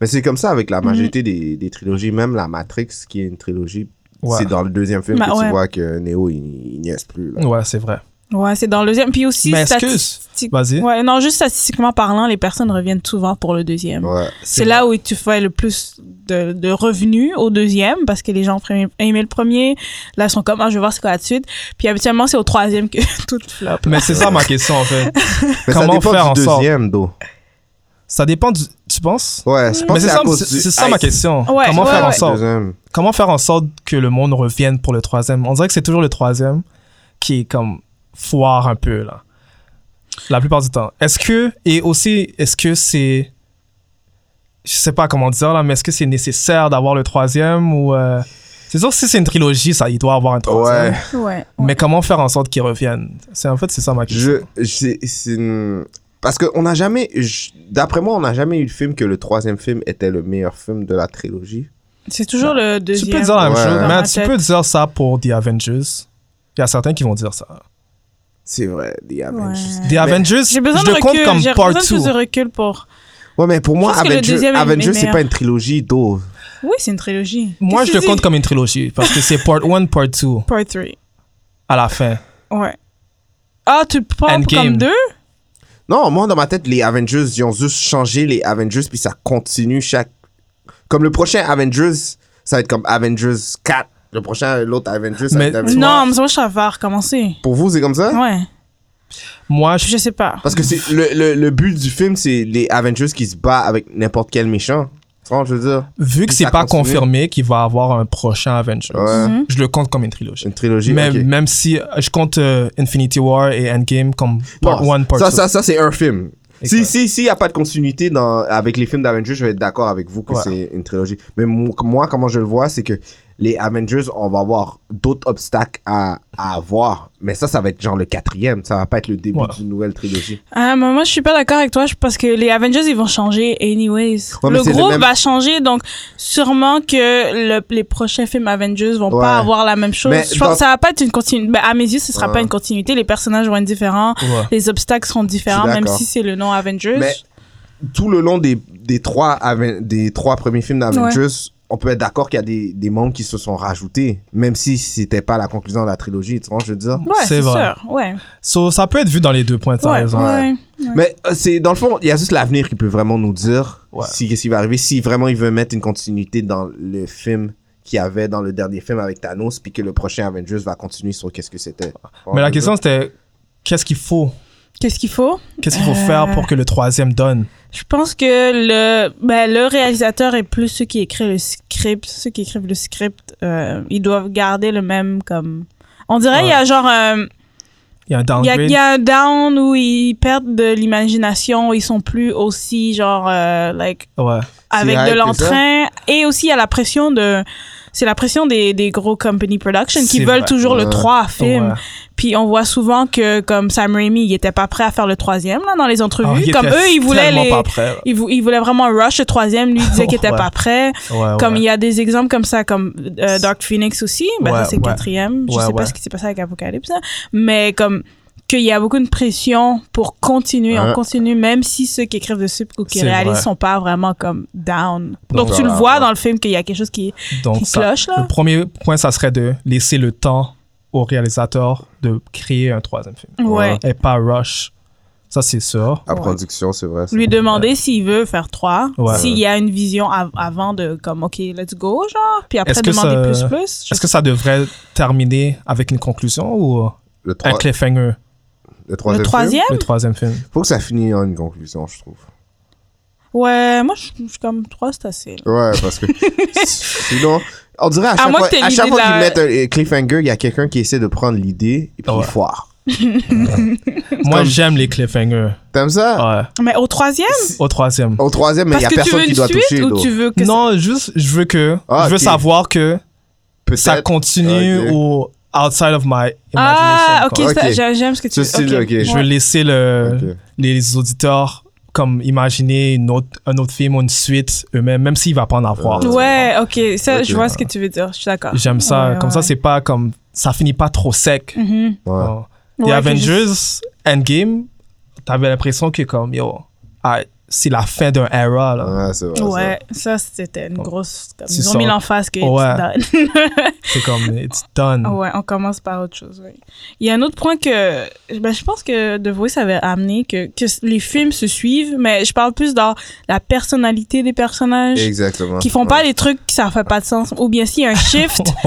Speaker 6: Mais c'est comme ça
Speaker 5: Mhm.
Speaker 6: avec la majorité des, des trilogies, même la Matrix, qui est une trilogie.
Speaker 4: Ouais.
Speaker 6: C'est dans le deuxième film
Speaker 5: Bah
Speaker 6: que tu
Speaker 5: ouais.
Speaker 6: vois que Neo, il, il niaise plus. là.
Speaker 4: Ouais, c'est vrai.
Speaker 5: Ouais, c'est dans le deuxième. Puis aussi,
Speaker 4: Mais excuse,
Speaker 5: statistique...
Speaker 4: vas-y.
Speaker 5: ouais, non, juste statistiquement parlant, les personnes reviennent souvent pour le deuxième.
Speaker 6: Ouais.
Speaker 5: C'est là où tu fais le plus de, de revenus au deuxième parce que les gens ont aimé- aimé le premier. Là, ils sont comme, ah, je vais voir ce qu'il y a la suite. Puis habituellement, c'est au troisième que tout flop.
Speaker 4: Mais c'est ça ma question en fait.
Speaker 6: Mais
Speaker 4: Comment
Speaker 6: ça dépend
Speaker 4: faire en
Speaker 6: du
Speaker 4: sorte?
Speaker 6: deuxième, d'eau.
Speaker 4: Ça dépend du. Tu penses
Speaker 6: Ouais, je pense
Speaker 4: Mais
Speaker 6: que
Speaker 4: c'est
Speaker 6: c'est
Speaker 4: ça,
Speaker 6: à cause
Speaker 4: c'est-
Speaker 6: du
Speaker 4: c'est ça ma
Speaker 6: hype
Speaker 4: question.
Speaker 5: Ouais,
Speaker 4: Comment
Speaker 5: ouais,
Speaker 4: faire en
Speaker 5: ouais.
Speaker 6: du
Speaker 4: sorte
Speaker 6: deuxième.
Speaker 4: Comment faire en sorte que le monde revienne pour le troisième On dirait que c'est toujours le troisième qui est comme foire un peu là. La plupart du temps. Est-ce que et aussi est-ce que c'est je sais pas comment dire là, mais est-ce que c'est nécessaire d'avoir le troisième ou euh, c'est sûr que si c'est une trilogie ça il doit avoir un troisième.
Speaker 6: Ouais.
Speaker 5: Ouais.
Speaker 4: Mais comment faire en sorte qu'il revienne C'est en fait c'est ça ma question.
Speaker 6: Je, c'est- c'est une- Parce qu'on n'a jamais. je- D'après moi, on n'a jamais eu le film que le troisième film était le meilleur film de la trilogie.
Speaker 5: C'est toujours le
Speaker 4: Tu
Speaker 5: deuxième.
Speaker 4: peux dire la même
Speaker 6: Ouais.
Speaker 4: chose,
Speaker 6: Dans
Speaker 4: mais
Speaker 5: ma
Speaker 4: tu
Speaker 5: tête.
Speaker 4: peux dire ça pour The Avengers. Il y a certains qui vont dire ça.
Speaker 6: C'est vrai, The Avengers.
Speaker 5: Ouais.
Speaker 4: The
Speaker 6: Mais-
Speaker 4: Avengers,
Speaker 5: J'ai besoin
Speaker 4: je
Speaker 5: de
Speaker 4: le compte
Speaker 5: recul.
Speaker 4: comme
Speaker 5: J'ai
Speaker 4: part
Speaker 5: besoin de
Speaker 4: two.
Speaker 5: plus de recul pour.
Speaker 6: Ouais, mais pour moi,
Speaker 5: pense que le
Speaker 6: Avengers,
Speaker 5: deuxième est-
Speaker 6: Avengers
Speaker 5: est
Speaker 6: c'est pas
Speaker 5: meilleur.
Speaker 6: une trilogie, d'eau.
Speaker 5: Oui, c'est une trilogie.
Speaker 4: Moi, je
Speaker 5: Qu'est-ce
Speaker 4: le
Speaker 5: que
Speaker 4: compte
Speaker 5: dis?
Speaker 4: comme une trilogie parce que c'est part 1, part 2
Speaker 5: Part 3.
Speaker 4: à la fin.
Speaker 5: Ouais. Ah, tu le prends
Speaker 4: Endgame.
Speaker 5: comme deux?
Speaker 6: Non, moi, dans ma tête, les Avengers, ils ont juste changé les Avengers, puis ça continue chaque. Comme le prochain Avengers, ça va être comme Avengers 4. Le prochain, l'autre Avengers, ça va
Speaker 4: Mais-
Speaker 6: être Avengers.
Speaker 5: non, mais moi, je savais recommencer.
Speaker 6: Pour vous, c'est comme ça?
Speaker 4: Hein?
Speaker 5: Ouais.
Speaker 4: Moi,
Speaker 5: Je
Speaker 4: je,
Speaker 5: sais pas.
Speaker 6: Parce que c'est le, le, le but du film, c'est les Avengers qui se battent avec n'importe quel méchant. Tu vois, je veux dire,
Speaker 4: vu que
Speaker 6: Puis
Speaker 4: c'est
Speaker 6: ça
Speaker 4: pas
Speaker 6: continue.
Speaker 4: confirmé qu'il va avoir un prochain Avengers,
Speaker 6: Ouais.
Speaker 5: Mhm.
Speaker 4: je le compte comme une trilogie.
Speaker 6: une trilogie.
Speaker 4: Même,
Speaker 6: ok.
Speaker 4: même si euh, je compte euh, Infinity War et Endgame comme part
Speaker 6: Bon,
Speaker 4: 1, part 2.
Speaker 6: ça, ça, ça, c'est un film.
Speaker 4: Et
Speaker 6: Si,
Speaker 4: quoi?
Speaker 6: si, si, il n'y a pas de continuité dans, avec les films d'Avengers, je vais être d'accord avec vous que
Speaker 4: Ouais.
Speaker 6: c'est une trilogie. Mais mo- moi, comment je le vois, c'est que les Avengers, on va avoir d'autres obstacles à, à avoir. Mais ça, ça va être genre le quatrième. Ça va pas être le début
Speaker 4: Ouais.
Speaker 6: d'une nouvelle trilogie.
Speaker 5: Ah, mais moi, je suis pas d'accord avec toi je- parce que les Avengers, ils vont changer anyways.
Speaker 6: Ouais, mais
Speaker 5: le
Speaker 6: c'est le
Speaker 5: groupe
Speaker 6: même-
Speaker 5: va changer, donc sûrement que le- les prochains films Avengers vont
Speaker 6: Ouais.
Speaker 5: pas avoir la même chose.
Speaker 6: Mais
Speaker 5: je pense
Speaker 6: dans-
Speaker 5: que ça va pas être une continuité. Ben, à mes yeux, ce sera
Speaker 6: Ouais.
Speaker 5: pas une continuité. Les personnages vont être différents.
Speaker 4: Ouais.
Speaker 5: Les obstacles seront différents,
Speaker 6: Je suis
Speaker 5: même
Speaker 6: d'accord.
Speaker 5: si c'est le nom Avengers.
Speaker 6: Mais tout le long des, des, trois, Aven- des trois premiers films d'Avengers, on peut être d'accord qu'il y a des, des membres qui se sont rajoutés, même si c'était pas la conclusion de la trilogie, tu vois, je veux dire.
Speaker 5: Ouais,
Speaker 4: C'est
Speaker 5: c'est
Speaker 4: vrai.
Speaker 5: sûr. Ouais.
Speaker 4: So, ça peut être vu dans les deux points, t'as
Speaker 5: Ouais,
Speaker 4: raison.
Speaker 5: ouais.
Speaker 6: Mais euh, c'est dans le fond, il y a juste l'avenir qui peut vraiment nous dire
Speaker 4: Ouais.
Speaker 6: si qu'est-ce qui va arriver, si vraiment il veut mettre une continuité dans le film qu'il y avait dans le dernier film avec Thanos, puis que le prochain Avengers va continuer sur qu'est-ce que c'était.
Speaker 4: Mais la question, c'était qu'est-ce qu'il faut
Speaker 5: Qu'est-ce qu'il faut?
Speaker 4: Qu'est-ce qu'il faut
Speaker 5: Euh.
Speaker 4: faire pour que le troisième donne
Speaker 5: Je pense que le, ben, le réalisateur est plus ceux qui écrivent le script. Ceux qui écrivent le script, euh, ils doivent garder le même comme. On dirait il y a genre un-
Speaker 4: Il y a un
Speaker 5: il y a, il
Speaker 4: downgrade.
Speaker 5: y a un down où ils perdent de l'imagination, ils sont plus aussi genre euh, like
Speaker 4: Ouais.
Speaker 5: avec
Speaker 6: hype,
Speaker 5: de
Speaker 6: c'est
Speaker 5: l'entrain et aussi il y a la pression de c'est la pression des, des gros company productions qui
Speaker 4: C'est
Speaker 5: veulent
Speaker 4: vrai.
Speaker 5: toujours le
Speaker 6: Ouais.
Speaker 5: 3 à film.
Speaker 4: Ouais.
Speaker 5: Puis on voit souvent que comme Sam Raimi, il était pas prêt à faire le troisième là dans les
Speaker 4: Ah,
Speaker 5: entrevues.
Speaker 4: il
Speaker 5: comme
Speaker 4: était
Speaker 5: eux, ils voulaient
Speaker 4: tellement
Speaker 5: les
Speaker 4: pas prêt, là.
Speaker 5: ils, vou- ils voulaient vraiment rush le troisième, lui il disait qu'il était
Speaker 4: Ouais. Ah
Speaker 5: pas prêt.
Speaker 4: Ouais,
Speaker 5: Comme
Speaker 4: ouais.
Speaker 5: il y a des exemples comme ça, comme euh, Dark Phoenix aussi, ben
Speaker 4: Ouais,
Speaker 5: ça c'est le
Speaker 4: ouais.
Speaker 5: quatrième. Je
Speaker 4: Ouais,
Speaker 5: sais
Speaker 4: ouais.
Speaker 5: pas ce qui s'est passé avec Apocalypse, hein. mais comme qu'il y a beaucoup de pression pour continuer,
Speaker 6: Ouais.
Speaker 5: on continue, même si ceux qui écrivent dessus ou qui
Speaker 4: C'est
Speaker 5: réalisent
Speaker 4: vrai.
Speaker 5: sont pas vraiment comme down.
Speaker 4: Donc,
Speaker 5: Donc, tu le
Speaker 6: voilà,
Speaker 5: vois
Speaker 6: ouais.
Speaker 5: dans le film qu'il y a quelque chose qui,
Speaker 4: Donc,
Speaker 5: qui
Speaker 4: ça-
Speaker 5: cloche là.
Speaker 4: le premier point, ça serait de laisser le temps au réalisateur de créer un troisième film.
Speaker 5: Ouais.
Speaker 4: Et pas rush. Ça, c'est sûr.
Speaker 6: La
Speaker 5: Ouais.
Speaker 6: production, c'est vrai. ça.
Speaker 5: Lui demander s'il veut faire trois,
Speaker 4: Ouais.
Speaker 5: s'il y a une vision av- avant de comme ok let's go genre, puis après
Speaker 4: Est-ce que
Speaker 5: demander
Speaker 4: ça-
Speaker 5: plus plus. Je
Speaker 4: Est-ce que ça devrait terminer avec une conclusion ou euh,
Speaker 6: Le,
Speaker 4: un
Speaker 6: trois-
Speaker 4: cliffhanger,
Speaker 6: le
Speaker 5: sais- le
Speaker 6: troisième. film,
Speaker 5: troisième.
Speaker 4: le troisième film?
Speaker 6: faut que ça finisse en une conclusion, je trouve.
Speaker 5: Ouais, moi, je je suis comme 3, c'est assez. là.
Speaker 6: Ouais, parce que sinon, on dirait à chaque
Speaker 5: moins
Speaker 6: fois,
Speaker 5: que t'aies
Speaker 6: à chaque
Speaker 5: l'idée
Speaker 6: fois
Speaker 5: de
Speaker 6: qu'ils
Speaker 5: la-
Speaker 6: mettent un cliffhanger, il y a quelqu'un qui essaie de prendre l'idée et puis
Speaker 4: Ouais.
Speaker 6: il foire.
Speaker 4: Moi,
Speaker 6: comme- Ah.
Speaker 4: j'aime les cliffhangers.
Speaker 6: T'aimes ça?
Speaker 4: Ouais.
Speaker 5: Mais au troisième?
Speaker 4: Au troisième.
Speaker 6: Au troisième, mais il
Speaker 5: Parce
Speaker 6: y a
Speaker 5: que tu
Speaker 6: personne
Speaker 5: veux
Speaker 6: qui
Speaker 5: une
Speaker 6: doit
Speaker 5: suite
Speaker 6: toucher.
Speaker 5: ou
Speaker 6: donc,
Speaker 5: tu veux que ça-
Speaker 4: Non, juste, je veux que.
Speaker 6: Ah,
Speaker 4: je veux
Speaker 6: ok.
Speaker 4: savoir que ça
Speaker 6: peut-être- Ah,
Speaker 4: continue
Speaker 6: Ok.
Speaker 4: au outside of my imagination.
Speaker 5: Ah, ok,
Speaker 4: quoi.
Speaker 6: quoi.
Speaker 5: ça,
Speaker 6: Ok.
Speaker 5: j'a- j'aime ce que tu
Speaker 6: Ce style,
Speaker 5: ok.
Speaker 6: ok. Je
Speaker 4: Je veux
Speaker 5: Ouais.
Speaker 4: laisser le,
Speaker 6: Ok.
Speaker 4: les auditeurs comme imaginer une autre, un autre film ou une suite eux-mêmes, même s'il va pas en avoir.
Speaker 5: Ouais, ok, ça,
Speaker 6: Ok.
Speaker 5: je vois ce que tu veux dire, je suis d'accord.
Speaker 4: J'aime ça.
Speaker 5: Ouais,
Speaker 4: comme
Speaker 5: ouais.
Speaker 4: ça, c'est pas comme. Ça finit pas trop sec.
Speaker 5: Mhm.
Speaker 6: Ouais.
Speaker 4: Oh.
Speaker 5: Ouais,
Speaker 4: The
Speaker 5: que
Speaker 4: Avengers
Speaker 5: juste-
Speaker 4: Endgame, t'avais l'impression que comme, yo, ah, c'est la fin d'un era, là.
Speaker 6: Ouais, c'est vrai. c'est vrai.
Speaker 5: Ouais, ça, c'était une grosse. comme,
Speaker 4: C'est
Speaker 5: Ils ont
Speaker 4: ça.
Speaker 5: mis l'en face que.
Speaker 4: Ouais.
Speaker 5: tu donnes.
Speaker 4: C'est comme, it's done.
Speaker 5: Ah
Speaker 6: Mm.
Speaker 5: ouais, on commence par autre chose. ouais. Il y a un autre point que. ben, je pense que De Voice avait amené que, que les films se suivent, mais je parle plus dans la personnalité des personnages.
Speaker 6: Exactement.
Speaker 5: qui font pas
Speaker 6: Ouais.
Speaker 5: les trucs qui ça fait pas de sens ou bien s'il y a un shift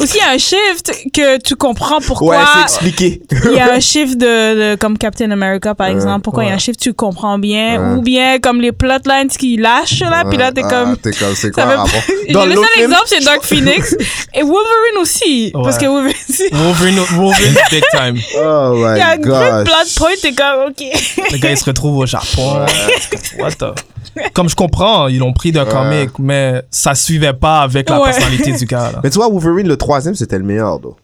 Speaker 5: ou s'il y a un shift que tu comprends pourquoi
Speaker 6: Ouais, c'est expliqué.
Speaker 5: il y a un shift de, de- comme Captain America par
Speaker 6: Ouais,
Speaker 5: exemple pourquoi il y a un
Speaker 4: ouais.
Speaker 5: shift tu comprends bien
Speaker 6: Ouais.
Speaker 5: ou bien comme les plotlines qui lâchent là puis là t'es
Speaker 6: Ah,
Speaker 5: comme
Speaker 6: T'es comme, c'est
Speaker 5: ça
Speaker 6: quoi
Speaker 5: veut-
Speaker 6: le rapport?
Speaker 5: j'ai
Speaker 6: Dans
Speaker 5: le
Speaker 6: l'autre
Speaker 5: seul
Speaker 6: film-
Speaker 5: exemple c'est Dark Phoenix et Wolverine aussi
Speaker 4: Ouais.
Speaker 5: parce que Wolverine c'est-
Speaker 4: Wolverine, Wolverine, big time.
Speaker 6: Oh
Speaker 5: il y a un
Speaker 6: my
Speaker 5: gros
Speaker 6: god.
Speaker 5: plot point t'es comme ok
Speaker 4: Le gars, il se retrouve au Japon. What the... Comme je comprends, ils l'ont pris d'un
Speaker 6: Ouais.
Speaker 4: comic, mais ça suivait pas avec la
Speaker 5: Ouais.
Speaker 4: personnalité du gars, là.
Speaker 6: Mais tu vois, Wolverine, le troisième, c'était le meilleur, though.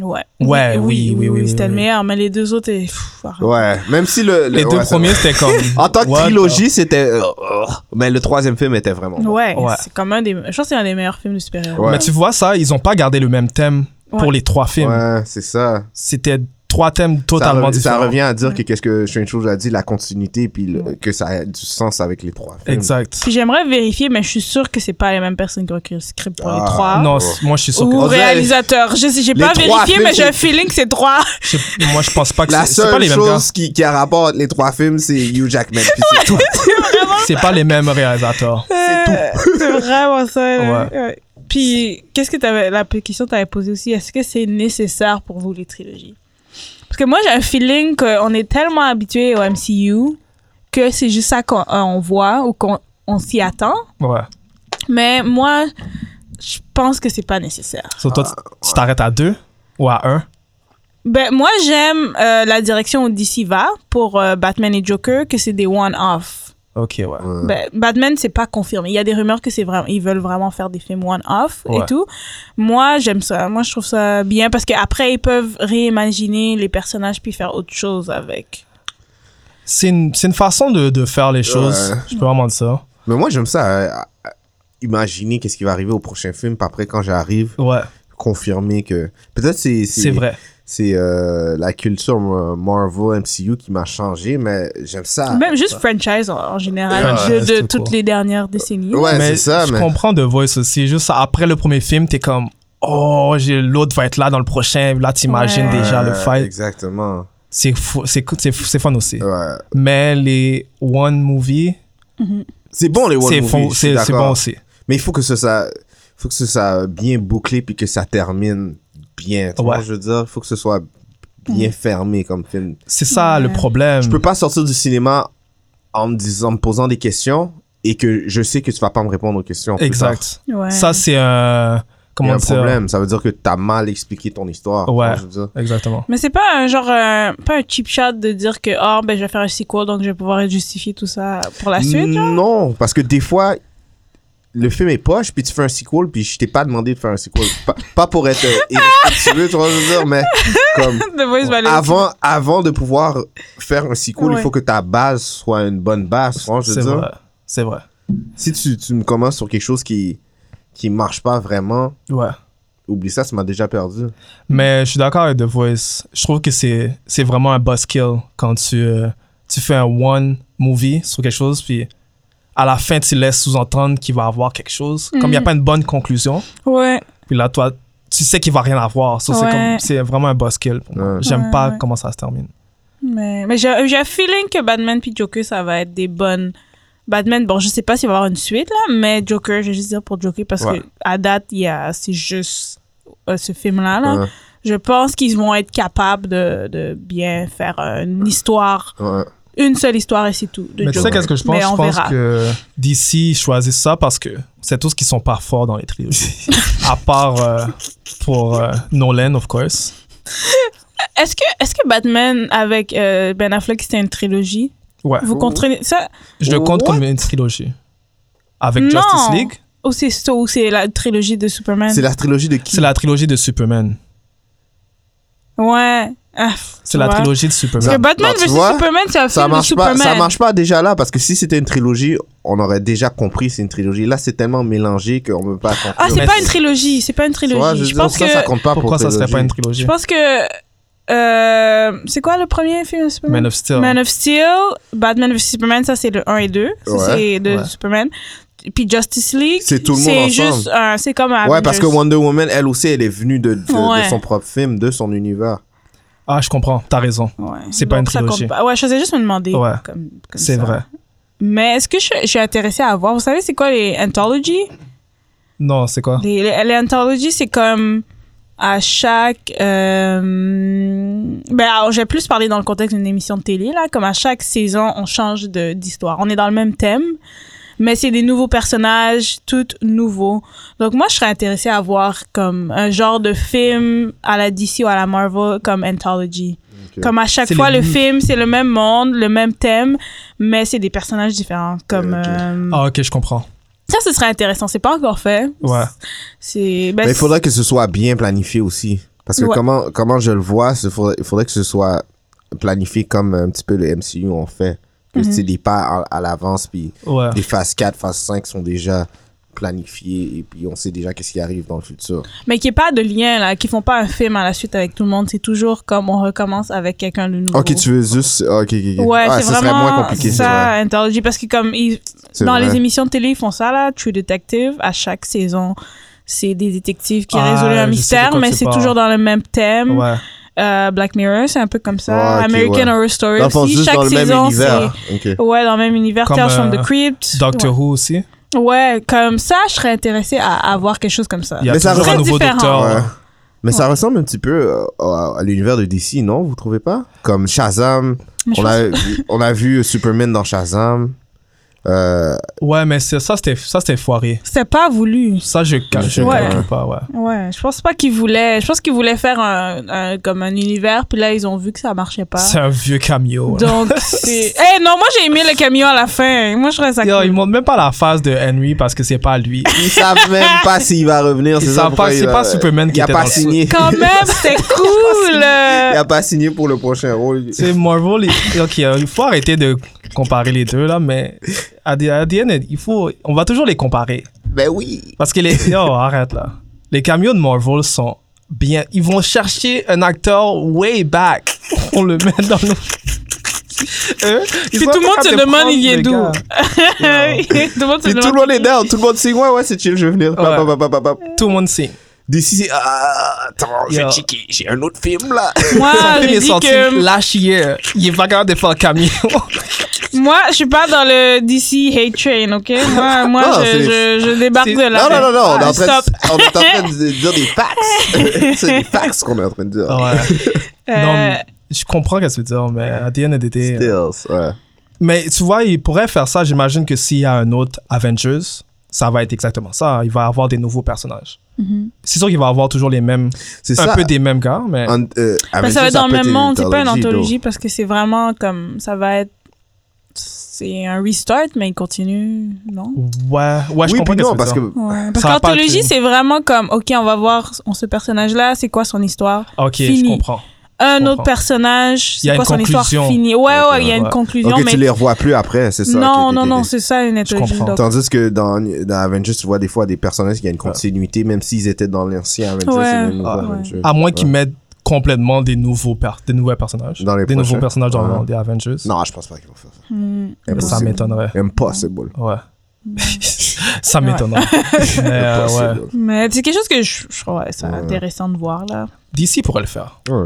Speaker 5: ouais
Speaker 4: Ouais, oui, oui, oui,
Speaker 5: c'était
Speaker 4: oui,
Speaker 5: le
Speaker 4: oui.
Speaker 5: meilleur mais les deux autres et... pff, arrête.
Speaker 6: Ouais. Même si le. le-
Speaker 4: Les deux
Speaker 6: ouais, c'est
Speaker 4: premiers,
Speaker 6: vrai.
Speaker 4: c'était comme.
Speaker 6: En tant que
Speaker 4: what the-
Speaker 6: trilogie, c'était. euh, euh, mais le troisième film était vraiment. bon.
Speaker 5: Ouais,
Speaker 4: Ouais.
Speaker 5: c'est comme un des. Je pense que c'est un des meilleurs films de super-héros.
Speaker 6: Ouais.
Speaker 4: Mais tu vois ça, ils ont pas gardé le même thème pour
Speaker 5: Ouais.
Speaker 4: les trois films.
Speaker 6: Ouais, c'est ça.
Speaker 4: C'était trois thèmes
Speaker 6: Ça
Speaker 4: totalement
Speaker 6: re- ça,
Speaker 4: différents.
Speaker 6: revient à dire que qu'est-ce que Strange chose a dit, la continuité, puis le- que ça a du sens avec les trois films.
Speaker 4: Exact.
Speaker 5: Puis j'aimerais vérifier, mais je suis sûre que c'est pas les mêmes personnes qui ont écrit le script pour les
Speaker 6: Ah,
Speaker 5: trois.
Speaker 4: Non, c- moi je suis sûr que
Speaker 5: Ou
Speaker 6: On dirait-
Speaker 5: réalisateur. Je sais, j'ai
Speaker 6: Les
Speaker 5: pas
Speaker 6: trois
Speaker 5: vérifié,
Speaker 6: films,
Speaker 5: mais j'ai un
Speaker 6: c'est-
Speaker 5: feeling que c'est trois.
Speaker 4: je sais- moi je pense pas que
Speaker 6: La
Speaker 4: c'est c'est pas
Speaker 6: seule
Speaker 4: les mêmes gars.
Speaker 6: chose qui, qui a rapport entre les trois films, c'est Hugh Jackman. Puis c'est tout.
Speaker 4: C'est pas les mêmes réalisateurs.
Speaker 5: C'est tout. Euh, c'est vraiment ça. là.
Speaker 4: Ouais.
Speaker 5: Ouais. Puis qu'est-ce que t'avais, la question que t'avais posée aussi, est-ce que c'est nécessaire pour vous les trilogies Parce que moi j'ai un feeling qu'on est tellement habitué au MCU que c'est juste ça qu'on euh, on voit ou qu'on on s'y attend.
Speaker 4: Ouais.
Speaker 5: Mais moi, je pense que c'est pas nécessaire.
Speaker 4: So, toi,
Speaker 6: Ah,
Speaker 4: tu- tu t'arrêtes à deux ou à un.
Speaker 5: Ben, moi, j'aime euh, la direction où DC va pour euh, Batman et Joker, que c'est des one-off.
Speaker 4: Ok, ouais.
Speaker 5: Ben, Batman, c'est pas confirmé. Il y a des rumeurs que c'est vraiment, ils veulent vraiment faire des films one-off
Speaker 4: Ouais.
Speaker 5: et tout. Moi, j'aime ça. Moi, je trouve ça bien parce qu'après, ils peuvent réimaginer les personnages puis faire autre chose avec.
Speaker 4: C'est une, c'est une façon de, de faire les choses.
Speaker 6: Ouais.
Speaker 4: Je peux vraiment dire ça.
Speaker 6: Mais moi, j'aime ça. euh, à- à imaginer qu'est-ce qui va arriver au prochain film, puis après, quand j'arrive,
Speaker 4: Ouais,
Speaker 6: confirmer que. Peut-être c'est.
Speaker 4: c'est vrai.
Speaker 6: c'est euh, la culture euh, Marvel MCU qui m'a changé, mais j'aime ça.
Speaker 5: Même juste franchise en, en général,
Speaker 4: Ah, Ouais,
Speaker 5: de- de,
Speaker 4: c'est
Speaker 5: toutes
Speaker 4: quoi.
Speaker 5: les dernières décennies.
Speaker 6: Ouais, c'est ça,
Speaker 4: je
Speaker 6: mais.
Speaker 4: comprends The Voice aussi. Juste après le premier film, t'es comme, oh, j'ai- l'autre va être là dans le prochain. Là, t'imagines
Speaker 5: Ouais.
Speaker 4: déjà le
Speaker 6: Ouais,
Speaker 4: fight.
Speaker 6: Exactement.
Speaker 4: C'est fou- c'est cou- c'est fou- c'est fun aussi.
Speaker 6: Ouais.
Speaker 4: Mais les One Movie,
Speaker 6: C'est bon, les One
Speaker 4: c'est fou-
Speaker 6: Movies. je suis
Speaker 4: c'est- c'est
Speaker 6: d'accord.
Speaker 4: bon aussi.
Speaker 6: Mais il faut que ce soit, faut que ce soit bien bouclé puis que ça termine bien. Tu vois,
Speaker 4: Ouais.
Speaker 6: je veux dire, faut que ce soit bien fermé comme film.
Speaker 4: C'est ça
Speaker 5: Ouais.
Speaker 4: le problème.
Speaker 6: Je peux pas sortir du cinéma en me disant, en me posant des questions et que je sais que tu vas pas me répondre aux questions. plus tard.
Speaker 4: Exact.
Speaker 5: Ouais.
Speaker 4: Ça, c'est un.
Speaker 6: Il y
Speaker 4: Comment
Speaker 6: a un
Speaker 4: dire
Speaker 6: problème. Ça veut dire que t'as mal expliqué ton histoire. tu
Speaker 4: Ouais.
Speaker 6: vois, je veux dire.
Speaker 4: Exactement.
Speaker 5: Mais c'est pas un genre, euh, pas un cheap shot de dire que, oh, ben, je vais faire un sequel, donc je vais pouvoir justifier tout ça pour la suite. genre.
Speaker 6: Non, parce que des fois, le film est poche, puis tu fais un sequel, puis je t'ai pas demandé de faire un sequel. pas, pas pour être euh, irrespectueux, tu vois, je veux dire, mais comme
Speaker 5: The Voice va aller-
Speaker 6: avant, avant de pouvoir faire un sequel,
Speaker 5: Ouais.
Speaker 6: il faut que ta base soit une bonne base, tu vois, je
Speaker 4: C'est
Speaker 6: veux
Speaker 4: vrai.
Speaker 6: dire.
Speaker 4: C'est vrai.
Speaker 6: Si tu, tu me commences sur quelque chose qui, qui marche pas vraiment,
Speaker 4: Ouais.
Speaker 6: oublie ça, ça m'a déjà perdu.
Speaker 4: Mais je suis d'accord avec The Voice. Je trouve que c'est, c'est vraiment un boss kill quand tu, euh, tu fais un one movie sur quelque chose, puis à la fin, tu laisses sous-entendre qu'il va avoir quelque chose. Comme il
Speaker 5: Mm.
Speaker 4: n'y a pas une bonne conclusion,
Speaker 5: Ouais.
Speaker 4: puis là, toi, tu sais qu'il va rien avoir. So, c'est,
Speaker 5: Ouais.
Speaker 4: comme- c'est vraiment un boss kill. pour moi.
Speaker 6: Ouais.
Speaker 4: J'aime
Speaker 5: Ouais,
Speaker 4: pas
Speaker 5: ouais.
Speaker 4: comment ça se termine.
Speaker 5: Mais, mais j'ai j'ai un feeling que Batman puis Joker, ça va être des bonnes. Batman, bon, je sais pas s'il va y avoir une suite, là, mais Joker, je vais juste dire pour Joker parce
Speaker 6: Ouais.
Speaker 5: que à date, il y a- c'est juste euh, ce film-là. Là.
Speaker 6: Ouais.
Speaker 5: Je pense qu'ils vont être capables de, de bien faire euh, une histoire,
Speaker 6: Ouais.
Speaker 5: une seule histoire et c'est tout. de
Speaker 4: Mais tu sais
Speaker 5: Joker.
Speaker 4: qu'est-ce que je pense?
Speaker 5: Mais on
Speaker 4: Je pense
Speaker 5: verra.
Speaker 4: que DC choisit ça parce que c'est tous qui sont pas forts dans les trilogies. à part euh, pour euh, Nolan, of course.
Speaker 5: Est-ce que, est que Batman avec euh, Ben Affleck, c'était une trilogie
Speaker 4: Ouais.
Speaker 6: Ah, oh.
Speaker 5: Vous comprenez ça
Speaker 4: Je le compte
Speaker 6: What?
Speaker 4: comme une trilogie. Avec
Speaker 5: Non.
Speaker 4: Justice League,
Speaker 5: Ou c'est ça, ou c'est la trilogie de Superman
Speaker 6: C'est la trilogie de qui
Speaker 4: c'est la trilogie de Superman.
Speaker 5: Ouais. Ah,
Speaker 4: C'est la
Speaker 5: ouais.
Speaker 4: trilogie de
Speaker 5: Parce
Speaker 4: Superman.
Speaker 5: que Batman
Speaker 6: Non, tu
Speaker 5: vs
Speaker 6: vois,
Speaker 5: Superman, c'est un
Speaker 6: ça
Speaker 5: film de
Speaker 6: marche pas
Speaker 5: Superman.
Speaker 6: ça marche pas déjà là parce que si c'était une trilogie on aurait déjà compris c'est une trilogie là c'est tellement mélangé qu'on peut pas
Speaker 5: Ah, c'est
Speaker 4: Mais
Speaker 5: pas
Speaker 4: c'est-
Speaker 5: une trilogie, c'est pas une
Speaker 6: Tu
Speaker 5: trilogie.
Speaker 6: vois,
Speaker 5: je,
Speaker 6: veux dire,
Speaker 5: pense
Speaker 6: ça,
Speaker 5: que,
Speaker 6: ça compte pas
Speaker 4: Pourquoi ça
Speaker 6: pour
Speaker 4: serait pas une trilogie
Speaker 5: je pense que, euh, c'est quoi le premier film de Superman?
Speaker 4: Man of Steel.
Speaker 5: Man of Steel, Batman vs Superman, ça c'est le 1 et 2, ça
Speaker 6: Ouais,
Speaker 5: c'est de
Speaker 4: ouais.
Speaker 5: Superman. Puis Justice League,
Speaker 6: C'est tout le monde ensemble.
Speaker 5: juste, un- c'est comme un
Speaker 6: Ouais, parce que
Speaker 5: Avengers.
Speaker 6: Wonder Woman, elle aussi, elle est venue de, de- de
Speaker 5: Ah, Ouais.
Speaker 6: son propre film, de son univers.
Speaker 4: Ah, je comprends, t'as raison.
Speaker 5: Ouais.
Speaker 4: c'est pas
Speaker 5: Donc,
Speaker 4: une
Speaker 5: ça compte
Speaker 4: trilogie.
Speaker 5: pas. Ouais, je faisais juste me demander.
Speaker 4: Ouais.
Speaker 5: comme- comme
Speaker 4: C'est
Speaker 5: ça.
Speaker 4: vrai.
Speaker 5: Mais est-ce que je, je suis intéressée à voir Vous savez, c'est quoi les anthologies
Speaker 4: Non, c'est quoi
Speaker 5: Les, les, les anthologies, c'est comme à chaque. euh, ben, alors, j'ai plus parlé dans le contexte d'une émission de télé, là. Comme à chaque saison, on change de- d'histoire. On est dans le même thème, mais c'est des nouveaux personnages, tout nouveaux. Donc, moi, je serais intéressée à voir comme un genre de film à la DC ou à la Marvel comme anthology. Comme à chaque
Speaker 4: C'est
Speaker 5: fois,
Speaker 4: les
Speaker 5: le
Speaker 4: mou-
Speaker 5: film, c'est le même monde, le même thème, mais c'est des personnages différents. Comme.
Speaker 6: Ok.
Speaker 5: euh,
Speaker 4: Ah, ok, je comprends.
Speaker 5: Ça, ce serait intéressant. C'est pas encore fait.
Speaker 4: Ouais.
Speaker 5: C'est. ben,
Speaker 6: Mais il faudrait que ce soit bien planifié aussi. Parce que
Speaker 5: Ouais.
Speaker 6: comment, comment je le vois, ce faudrait- il faudrait, que ce soit planifié comme un petit peu le MCU ont fait. Que
Speaker 5: Mhm.
Speaker 6: c'est des pas à, à l'avance, puis
Speaker 4: Ouais.
Speaker 6: les phases 4, phases 5 sont déjà planifiées, et puis on sait déjà qu'est-ce qui arrive dans le futur.
Speaker 5: Mais qu'il n'y ait pas de lien, là, qu'ils font pas un film à la suite avec tout le monde. C'est toujours comme on recommence avec quelqu'un de nouveau.
Speaker 6: Ok, tu veux juste. Ok, ok, ok.
Speaker 5: Ah Ouais,
Speaker 6: Ah,
Speaker 5: c'est
Speaker 6: ça serait
Speaker 5: vraiment
Speaker 6: moins compliqué, c'est
Speaker 5: ça,
Speaker 6: vrai.
Speaker 5: Anthology, parce que comme ils-
Speaker 6: C'est
Speaker 5: dans
Speaker 6: vrai.
Speaker 5: les émissions de télé, ils font ça, là, True Detective, à chaque saison, c'est des détectives qui
Speaker 4: Ah,
Speaker 5: résolvent un
Speaker 4: je sais de
Speaker 5: mystère,
Speaker 4: quoi
Speaker 5: mais
Speaker 4: tu
Speaker 5: c'est
Speaker 4: parles.
Speaker 5: toujours dans le même thème.
Speaker 4: Ouais.
Speaker 5: Euh, Black Mirror, c'est un peu comme ça.
Speaker 6: Ouais, ok,
Speaker 5: American
Speaker 6: ouais.
Speaker 5: Horror Story
Speaker 6: Dans le fond,
Speaker 5: aussi,
Speaker 6: juste
Speaker 5: chaque
Speaker 6: dans le même
Speaker 5: saison,
Speaker 6: univers. Ok.
Speaker 5: c'est... Ouais, dans le même univers,
Speaker 4: Comme,
Speaker 5: Tales from
Speaker 4: euh,
Speaker 5: the Crypt.
Speaker 4: Doctor Who aussi.
Speaker 5: ouais. Ouais, comme ça, je serais intéressée à avoir quelque chose comme ça.
Speaker 4: Il y a
Speaker 6: Mais ça
Speaker 4: toujours un
Speaker 5: reste
Speaker 4: nouveau
Speaker 5: différent.
Speaker 4: docteur.
Speaker 6: Ouais.
Speaker 4: ouais.
Speaker 6: Mais ça ressemble un petit peu euh, à, à l'univers de DC, non Vous trouvez pas Comme Shazam.
Speaker 5: Mais je
Speaker 6: On a, vu- on a vu euh, Superman dans Shazam. Euh,
Speaker 4: Ouais, mais c'est- ça, c'était ça, c'était foiré.
Speaker 5: C'était pas voulu.
Speaker 4: Ça, je cal- je
Speaker 5: Ouais.
Speaker 4: calcule pas, ouais.
Speaker 5: Ouais, je pense pas qu'ils voulaient. Je pense qu'ils voulaient faire un, un- comme un univers, puis là ils ont vu que ça marchait pas.
Speaker 4: C'est un vieux cameo. là.
Speaker 5: Donc c'est. Eh non, moi j'ai aimé le camion à la fin. Moi je reste à
Speaker 4: Yo, ils montrent même pas la face de Henry parce que c'est pas lui.
Speaker 6: ils savent même pas s'il va revenir.
Speaker 4: Ils
Speaker 6: c'est
Speaker 4: savent
Speaker 6: ça pourquoi
Speaker 4: pas,
Speaker 6: il
Speaker 4: c'est
Speaker 6: va-
Speaker 4: pas Superman qui
Speaker 6: il a
Speaker 4: était
Speaker 6: pas
Speaker 4: dans le-
Speaker 6: signé.
Speaker 5: Quand même, c'était cool.
Speaker 6: Il
Speaker 5: euh,
Speaker 6: a pas signé pour le prochain rôle.
Speaker 4: Tu sais, Marvel, il- ok, euh, il faut arrêter de comparer les deux, là, mais à des à des- il faut, on va toujours les comparer.
Speaker 6: Ben oui.
Speaker 4: Parce que les. Yo, arrête, là. Les camions de Marvel sont bien. Ils vont chercher un acteur way back pour le mettre dans le. Eux, ils
Speaker 5: Puis
Speaker 4: sont
Speaker 5: tout le monde
Speaker 4: capables
Speaker 5: se
Speaker 4: de
Speaker 5: demande
Speaker 4: prendre
Speaker 5: il est
Speaker 4: le
Speaker 5: d'où.
Speaker 4: gars.
Speaker 5: tout le monde se
Speaker 6: Puis
Speaker 5: demande.
Speaker 6: tout le monde est down, tout le monde sait, ouais, ouais, c'est chill, je vais venir. Bap,
Speaker 4: Ouais.
Speaker 6: bap, bap, bap, bap.
Speaker 4: Tout le monde signe.
Speaker 6: D'ici, c'est, ah, attends, je vais
Speaker 4: Yo.
Speaker 6: checker, j'ai un autre film là.
Speaker 5: Moi,
Speaker 4: Son film
Speaker 5: je
Speaker 4: est
Speaker 5: dis
Speaker 4: sorti
Speaker 5: Ah, que
Speaker 4: lâche hier. Il est pas capable de faire le camion.
Speaker 5: moi, je suis pas dans le DC hate train, ok? Moi, moi
Speaker 6: Non,
Speaker 5: je,
Speaker 6: c'est-
Speaker 5: je, je débarque
Speaker 4: c'est-
Speaker 5: de là. Ah,
Speaker 6: Non, non, non, non, on est en train,
Speaker 5: Stop.
Speaker 6: de, on est en train de dire des facts. c'est des facts qu'on est en train de dire.
Speaker 4: Ah
Speaker 5: Oh,
Speaker 4: Non,
Speaker 5: Euh,
Speaker 4: mais je comprends ce que tu veux dire, mais à the end of the day, euh,
Speaker 6: Stills, ouais.
Speaker 4: Mais tu vois, il pourrait faire ça. J'imagine que s'il y a un autre Avengers, ça va être exactement ça. Il va avoir des nouveaux personnages.
Speaker 5: Mhm.
Speaker 4: C'est sûr qu'il va avoir toujours les mêmes,
Speaker 6: C'est
Speaker 4: un
Speaker 6: ça.
Speaker 4: peu des mêmes gars, mais
Speaker 6: En- euh,
Speaker 5: Ben,
Speaker 6: Avengers,
Speaker 5: ça va être dans le
Speaker 6: peut
Speaker 5: même monde, c'est pas une
Speaker 6: though.
Speaker 5: anthologie parce que c'est vraiment comme ça va être c'est un restart mais il continue, non
Speaker 4: ouais, ouais, je
Speaker 6: oui,
Speaker 4: comprends
Speaker 6: puis
Speaker 4: que
Speaker 6: non, parce que
Speaker 5: Ouais. Parce
Speaker 4: Ça va pas
Speaker 5: qu'anthologie
Speaker 4: être-
Speaker 5: c'est vraiment comme OK, on va voir on, ce personnage là, c'est quoi son histoire
Speaker 4: Ok, je
Speaker 5: Fini.
Speaker 4: comprends.
Speaker 5: Un
Speaker 4: comprends.
Speaker 5: autre personnage,
Speaker 4: Il y a
Speaker 5: c'est quoi
Speaker 4: une
Speaker 5: son histoire
Speaker 4: conclusion.
Speaker 5: finie Ouais ouais, il y a une
Speaker 4: ouais.
Speaker 5: conclusion
Speaker 6: ok,
Speaker 5: mais
Speaker 6: tu les revois plus après, c'est ça.
Speaker 5: non
Speaker 6: ok, ok,
Speaker 5: non
Speaker 6: ok.
Speaker 5: non, c'est ça une anthologie.
Speaker 4: comprends.
Speaker 5: donc.
Speaker 6: Tandis que dans, dans Avengers, tu vois des fois des personnages qui ont une continuité, même s'ils étaient dans l'ancien Avengers,
Speaker 5: Ouais.
Speaker 6: c'est le nouveau
Speaker 4: Ah, ouais.
Speaker 6: Avengers.
Speaker 4: À moins
Speaker 6: Ouais.
Speaker 4: qu'ils mettent complètement des nouveaux, per- des nouveaux personnages.
Speaker 6: Dans les
Speaker 4: des nouveaux
Speaker 6: prochains.
Speaker 4: personnages dans
Speaker 6: Ouais.
Speaker 4: dans des Avengers.
Speaker 6: Non, je pense pas qu'ils vont faire ça.
Speaker 5: Hmm.
Speaker 4: Ça
Speaker 6: Impossible.
Speaker 4: m'étonnerait.
Speaker 6: Impossible.
Speaker 4: Ouais. ça m'étonnerait. Mais, euh, ouais.
Speaker 6: Impossible.
Speaker 5: Mais c'est quelque chose que je, je trouve ça
Speaker 6: Ouais.
Speaker 5: intéressant de voir là.
Speaker 4: DC pourrait le faire.
Speaker 6: Ouais.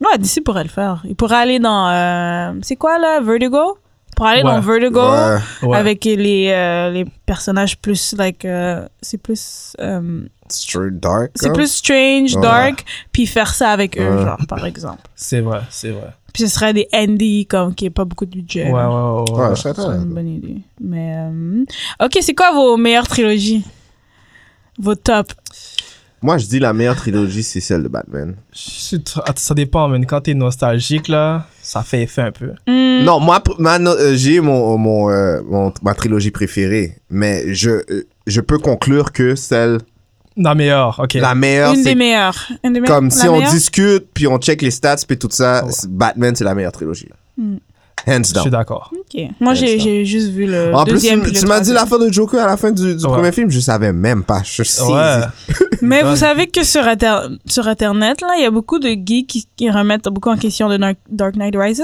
Speaker 5: Ouais, DC pourrait le faire. Il pourrait aller dans euh, c'est quoi là Vertigo Pour aller
Speaker 4: Ouais.
Speaker 5: dans Vertigo.
Speaker 6: Ouais.
Speaker 4: Ouais.
Speaker 5: avec les, euh, les personnages plus like euh, c'est plus euh,
Speaker 6: Straight dark.
Speaker 5: c'est
Speaker 6: hein.
Speaker 5: plus strange
Speaker 6: Ouais.
Speaker 5: dark puis faire ça avec eux
Speaker 6: Ouais.
Speaker 5: genre par exemple
Speaker 4: C'est vrai, c'est vrai.
Speaker 5: puis ce serait des Andy comme qui est pas beaucoup de budget
Speaker 4: Ouais, ouais,
Speaker 5: là.
Speaker 4: ouais. ouais.
Speaker 6: Ouais, je serais
Speaker 5: c'est une
Speaker 6: d'accord.
Speaker 5: bonne idée mais euh, ok c'est quoi vos meilleures trilogies vos top
Speaker 6: Moi, je dis la meilleure trilogie, c'est celle de Batman.
Speaker 4: Chut, att- ça dépend, mais quand t'es nostalgique, là, ça fait effet un peu.
Speaker 5: Hmm,
Speaker 6: Non, moi, pr- ma no- euh, j'ai mon, mon, euh, mon- ma trilogie préférée, mais je, euh, je peux conclure que celle,
Speaker 4: La meilleure, ok.
Speaker 6: la meilleure,
Speaker 5: une
Speaker 6: c'est
Speaker 5: des meilleures Une des meilleures. La
Speaker 6: comme si on
Speaker 5: meilleure? Oh,
Speaker 6: discute, puis on check les stats, puis tout ça,
Speaker 4: Ouais.
Speaker 6: c'est- Batman, c'est la meilleure trilogie.
Speaker 5: Mm.
Speaker 6: Hands
Speaker 4: Je suis
Speaker 6: down.
Speaker 4: d'accord.
Speaker 5: Ok. moi j'ai
Speaker 6: Excellent.
Speaker 5: j'ai juste vu le
Speaker 6: En plus, tu,
Speaker 5: deuxième puis le
Speaker 6: tu m'as dit
Speaker 5: troisième.
Speaker 6: la fin de Joker à la fin du, du
Speaker 4: Ouais.
Speaker 6: premier film, je savais même pas. Je sais.
Speaker 4: Ouais.
Speaker 5: Mais
Speaker 4: Donne.
Speaker 5: vous savez que sur, inter- sur Internet, là, il y a beaucoup de geeks qui, qui remettent beaucoup en question de Dark, Dark Knight Rises,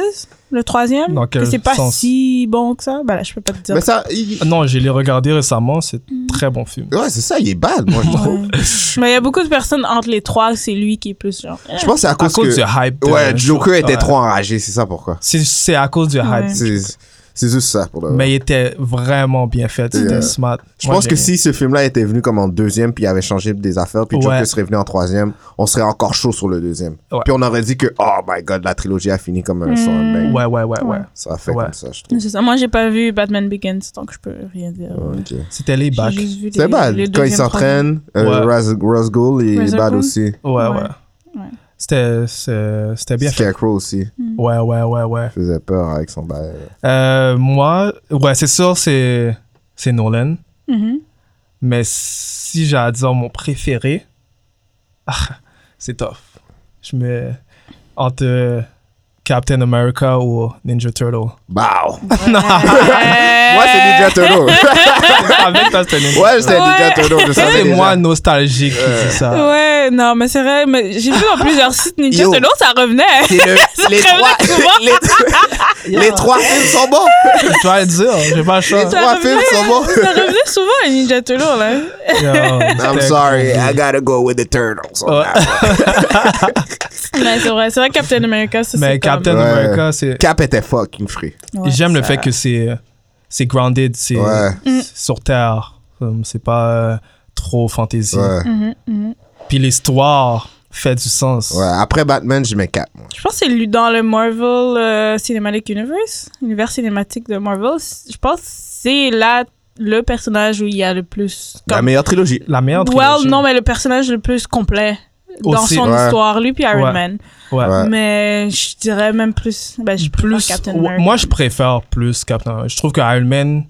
Speaker 5: le troisième.
Speaker 4: Dans
Speaker 5: que
Speaker 4: quel
Speaker 5: c'est pas
Speaker 4: sens?
Speaker 5: si bon que ça. Ben là, je peux pas te dire.
Speaker 6: Mais ça, il-
Speaker 4: Ah, Non, je l'ai regardé récemment, c'est
Speaker 5: Mm.
Speaker 4: très bon film.
Speaker 6: ouais, c'est ça, il est bad, moi, je trouve.
Speaker 5: Ouais. Mais il y a beaucoup de personnes entre les trois, c'est lui qui est plus genre. eh.
Speaker 6: Je pense que c'est à
Speaker 4: À
Speaker 6: cause,
Speaker 4: cause
Speaker 6: que.
Speaker 4: du hype. de-
Speaker 6: Ouais, Joker était
Speaker 4: Ouais.
Speaker 6: trop enragé, c'est ça pourquoi.
Speaker 4: C'est, c'est à cause du
Speaker 5: Ouais.
Speaker 4: hype.
Speaker 6: C'est c'est juste ça pour le.
Speaker 4: Mais il était vraiment bien fait, c'était
Speaker 6: euh,
Speaker 4: smart.
Speaker 6: Je
Speaker 4: Moi,
Speaker 6: pense
Speaker 4: j'ai-
Speaker 6: que si ce film-là était venu comme en deuxième, puis il avait changé des affaires, puis Joker
Speaker 4: Ouais.
Speaker 6: serait venu en troisième, on serait encore chaud sur le deuxième.
Speaker 4: Ouais.
Speaker 6: Puis on aurait dit que, oh my god, la trilogie a fini comme
Speaker 5: Hmm.
Speaker 6: un son. bang.
Speaker 4: Ouais, ouais, ouais, ouais.
Speaker 5: Ouais.
Speaker 6: Ça a fait
Speaker 4: Ouais.
Speaker 6: comme ça, je trouve.
Speaker 5: C'est ça. Moi, j'ai pas vu Batman Begins, donc je peux rien dire.
Speaker 6: Ok.
Speaker 4: C'était les
Speaker 5: J'ai
Speaker 4: bacs.
Speaker 5: juste vu
Speaker 6: C'est
Speaker 5: les-
Speaker 6: bad.
Speaker 5: les
Speaker 6: Quand il
Speaker 5: deuxième, troisième.
Speaker 6: s'entraîne, euh,
Speaker 4: Ouais.
Speaker 6: Raz- Razgul, il est
Speaker 5: Razgul?
Speaker 6: bad aussi.
Speaker 4: Ouais, ouais.
Speaker 5: Ouais.
Speaker 4: C'était, c'est- c'était bien fait.
Speaker 6: Scarecrow aussi.
Speaker 5: Hmm.
Speaker 4: Ouais, ouais, ouais, ouais.
Speaker 6: Il faisait peur avec son balai.
Speaker 4: Euh, moi, ouais, c'est sûr, c'est, c'est Nolan.
Speaker 5: Mhm.
Speaker 4: Mais si j'ai à dire mon préféré, ah, c'est tough. Je mets entre Captain America ou Ninja Turtle.
Speaker 6: Bow!
Speaker 5: Euh,
Speaker 6: Moi, c'est Ninja Turtle.
Speaker 4: Avec toi, c'est Ninja
Speaker 6: ouais,
Speaker 4: Turtle.
Speaker 6: c'était Ninja
Speaker 5: Ouais.
Speaker 6: Turtle. Je savais
Speaker 4: C'est
Speaker 6: déjà.
Speaker 4: moi nostalgique qui dit ça.
Speaker 5: Ouais, non, mais c'est vrai. Mais j'ai vu dans plusieurs sites Ninja
Speaker 6: Yo.
Speaker 5: Turtle, ça revenait.
Speaker 6: C'est le- les,
Speaker 5: très
Speaker 6: trois,
Speaker 5: bien, souvent.
Speaker 6: les, les trois films sont bons.
Speaker 4: Je dois le dire, j'ai pas le choix.
Speaker 6: Les trois films sont bons.
Speaker 5: Ça revenait souvent, les Ninja Turtle, là.
Speaker 6: I'm sorry, I gotta go with the turtles. on
Speaker 4: Ouais.
Speaker 6: that one.
Speaker 5: Ouais, c'est vrai. C'est vrai, Captain America, ça, c'est
Speaker 4: Mais
Speaker 5: comme-
Speaker 4: Captain
Speaker 6: Ouais.
Speaker 4: America, c'est.
Speaker 6: Cap était fucking free.
Speaker 5: Ouais,
Speaker 4: J'aime le
Speaker 5: ça-
Speaker 4: fait que c'est. euh, C'est grounded, c'est
Speaker 6: Ouais.
Speaker 5: Mm.
Speaker 4: c'est sur Terre. Comme C'est pas euh, trop fantasy.
Speaker 6: Ouais.
Speaker 5: Mhm, mhm.
Speaker 4: Puis l'histoire fait du sens.
Speaker 6: Ouais, Après Batman, je mets Cap. moi.
Speaker 5: Je pense que c'est lui dans le Marvel euh, Cinematic Universe, l'univers cinématique de Marvel. C- Je pense que c'est là le personnage où il y a le plus.
Speaker 6: La
Speaker 5: comme-
Speaker 6: meilleure trilogie.
Speaker 4: La meilleure
Speaker 5: well,
Speaker 4: trilogie.
Speaker 5: non, mais le personnage le plus complet dans
Speaker 4: Aussi,
Speaker 5: son
Speaker 6: ouais.
Speaker 5: histoire, lui puis Iron
Speaker 4: Ouais.
Speaker 5: Man.
Speaker 4: Ouais.
Speaker 6: Ouais.
Speaker 5: Mais je dirais même plus. Ben, je préfère
Speaker 4: plus
Speaker 5: Captain
Speaker 4: ouais,
Speaker 5: America.
Speaker 4: moi je préfère plus Captain America. je trouve que Iron Man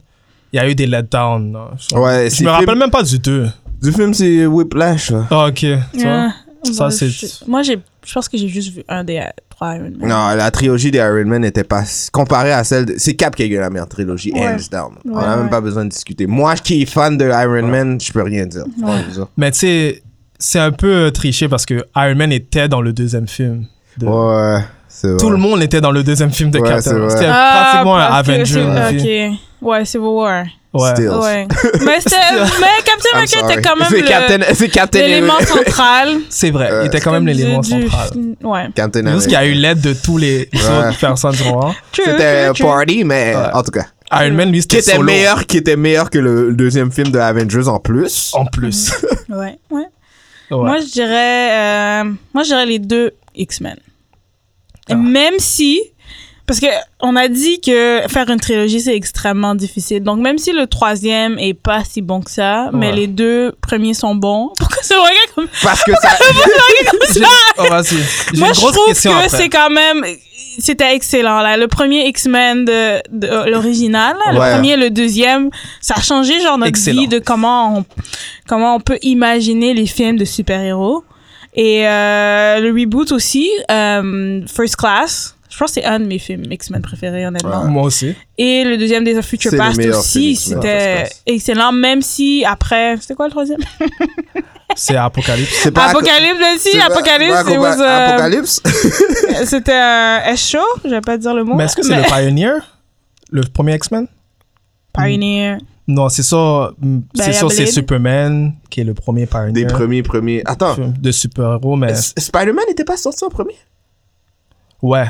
Speaker 4: il y a eu des letdowns là. je,
Speaker 6: Ouais,
Speaker 4: je me
Speaker 6: c'est film-
Speaker 4: rappelle même pas du 2
Speaker 6: Du film, c'est Whiplash. là.
Speaker 4: ah ok tu vois.
Speaker 5: Ouais.
Speaker 4: Ça,
Speaker 5: Ouais,
Speaker 4: c'est-
Speaker 5: je- Moi, j'ai. Je pense que j'ai juste vu un des euh, trois Iron Man.
Speaker 6: Non, la trilogie des Iron Man n'était pas comparée à celle de. C'est Cap qui a eu la meilleure trilogie,
Speaker 5: Ouais.
Speaker 6: hands down. On
Speaker 5: Ouais,
Speaker 6: n'a même
Speaker 5: ouais.
Speaker 6: pas besoin de discuter. Moi qui est fan de Iron Man, je peux rien dire.
Speaker 5: Ouais.
Speaker 6: Je veux dire.
Speaker 4: mais tu sais c'est un peu euh, triché parce que Iron Man était dans le deuxième film. de-
Speaker 6: Ouais, c'est vrai.
Speaker 4: Tout le monde était dans le deuxième film de
Speaker 6: Ouais, c'est
Speaker 4: Captain.
Speaker 6: vrai.
Speaker 4: C'était
Speaker 5: Ah,
Speaker 4: Euh, pratiquement un
Speaker 5: parce que
Speaker 4: Avenger.
Speaker 5: c'est-
Speaker 4: movie.
Speaker 5: Ok. Ouais, Civil War.
Speaker 4: Ouais.
Speaker 6: Still.
Speaker 5: Ouais. mais, c'était- mais Captain
Speaker 6: I'm
Speaker 5: America
Speaker 6: sorry.
Speaker 5: était quand même
Speaker 6: C'est
Speaker 5: le-
Speaker 6: Captain, c'est Captain
Speaker 5: l'élément
Speaker 6: America.
Speaker 5: central.
Speaker 4: C'est vrai,
Speaker 6: Euh,
Speaker 4: il était quand même
Speaker 5: du-
Speaker 4: l'élément
Speaker 5: du-
Speaker 4: central.
Speaker 5: Ouais.
Speaker 6: Captain
Speaker 4: Nous, ce qui a eu
Speaker 6: America.
Speaker 4: l'aide de tous les autres personnes du moment.
Speaker 5: True,
Speaker 6: C'était
Speaker 5: true,
Speaker 6: un
Speaker 5: true.
Speaker 6: party, mais
Speaker 4: Ouais.
Speaker 6: en tout cas.
Speaker 4: Iron Man, lui,
Speaker 6: hein. Qui
Speaker 4: c'était
Speaker 6: était,
Speaker 4: solo.
Speaker 6: meilleur, qui était meilleur que le deuxième film de Avengers en plus.
Speaker 4: En plus.
Speaker 5: Ouais, ouais.
Speaker 4: Ouais.
Speaker 5: Moi, je dirais, euh, moi, je dirais les deux X-Men.
Speaker 4: Ah.
Speaker 5: Même si, parce que on a dit que faire une trilogie c'est extrêmement difficile. Donc même si le troisième est pas si bon que ça, mais
Speaker 4: Ouais.
Speaker 5: les deux premiers sont bons. Pourquoi se regarde comme
Speaker 6: Parce que ça.
Speaker 4: J'ai- oh, vas-y. J'ai
Speaker 5: Moi,
Speaker 4: une
Speaker 5: je
Speaker 4: grosse
Speaker 5: trouve
Speaker 4: question
Speaker 5: que
Speaker 4: après.
Speaker 5: c'est quand même, c'était excellent là. Le premier X-Men de, de- euh, l'original, là,
Speaker 6: Ouais.
Speaker 5: le premier, le deuxième, ça a changé genre notre
Speaker 4: Excellent.
Speaker 5: vie de comment on, comment on peut imaginer les films de super-héros. Et euh, le reboot aussi, euh, First Class. Je pense que c'est un de mes films X-Men préférés, honnêtement.
Speaker 6: Ouais.
Speaker 4: Moi aussi.
Speaker 5: Et le deuxième des Future
Speaker 6: C'est le
Speaker 5: Past
Speaker 6: meilleur film
Speaker 5: aussi,
Speaker 6: X-Men,
Speaker 5: c'était
Speaker 6: First Class.
Speaker 5: excellent, même si après, c'était quoi le troisième?
Speaker 4: C'est Apocalypse.
Speaker 6: C'est pas-
Speaker 5: Apocalypse aussi,
Speaker 6: Bah, c'est Bah, pas-
Speaker 5: Apocalypse,
Speaker 6: pas
Speaker 5: it was, euh,
Speaker 6: Apocalypse?
Speaker 5: c'était un S-show, je vais pas dire le mot.
Speaker 4: Mais est-ce que c'est le Pioneer Le premier X-Men
Speaker 5: Pioneer.
Speaker 4: Non, c'est ça.
Speaker 5: Ben,
Speaker 4: mm, C'est ça, c'est
Speaker 5: Blade.
Speaker 4: Superman qui est le premier Pioneer.
Speaker 6: Des premiers, premiers. Attends.
Speaker 4: film de super-héros, mais.
Speaker 6: S- Spider-Man n'était pas sorti en premier?
Speaker 4: Ouais.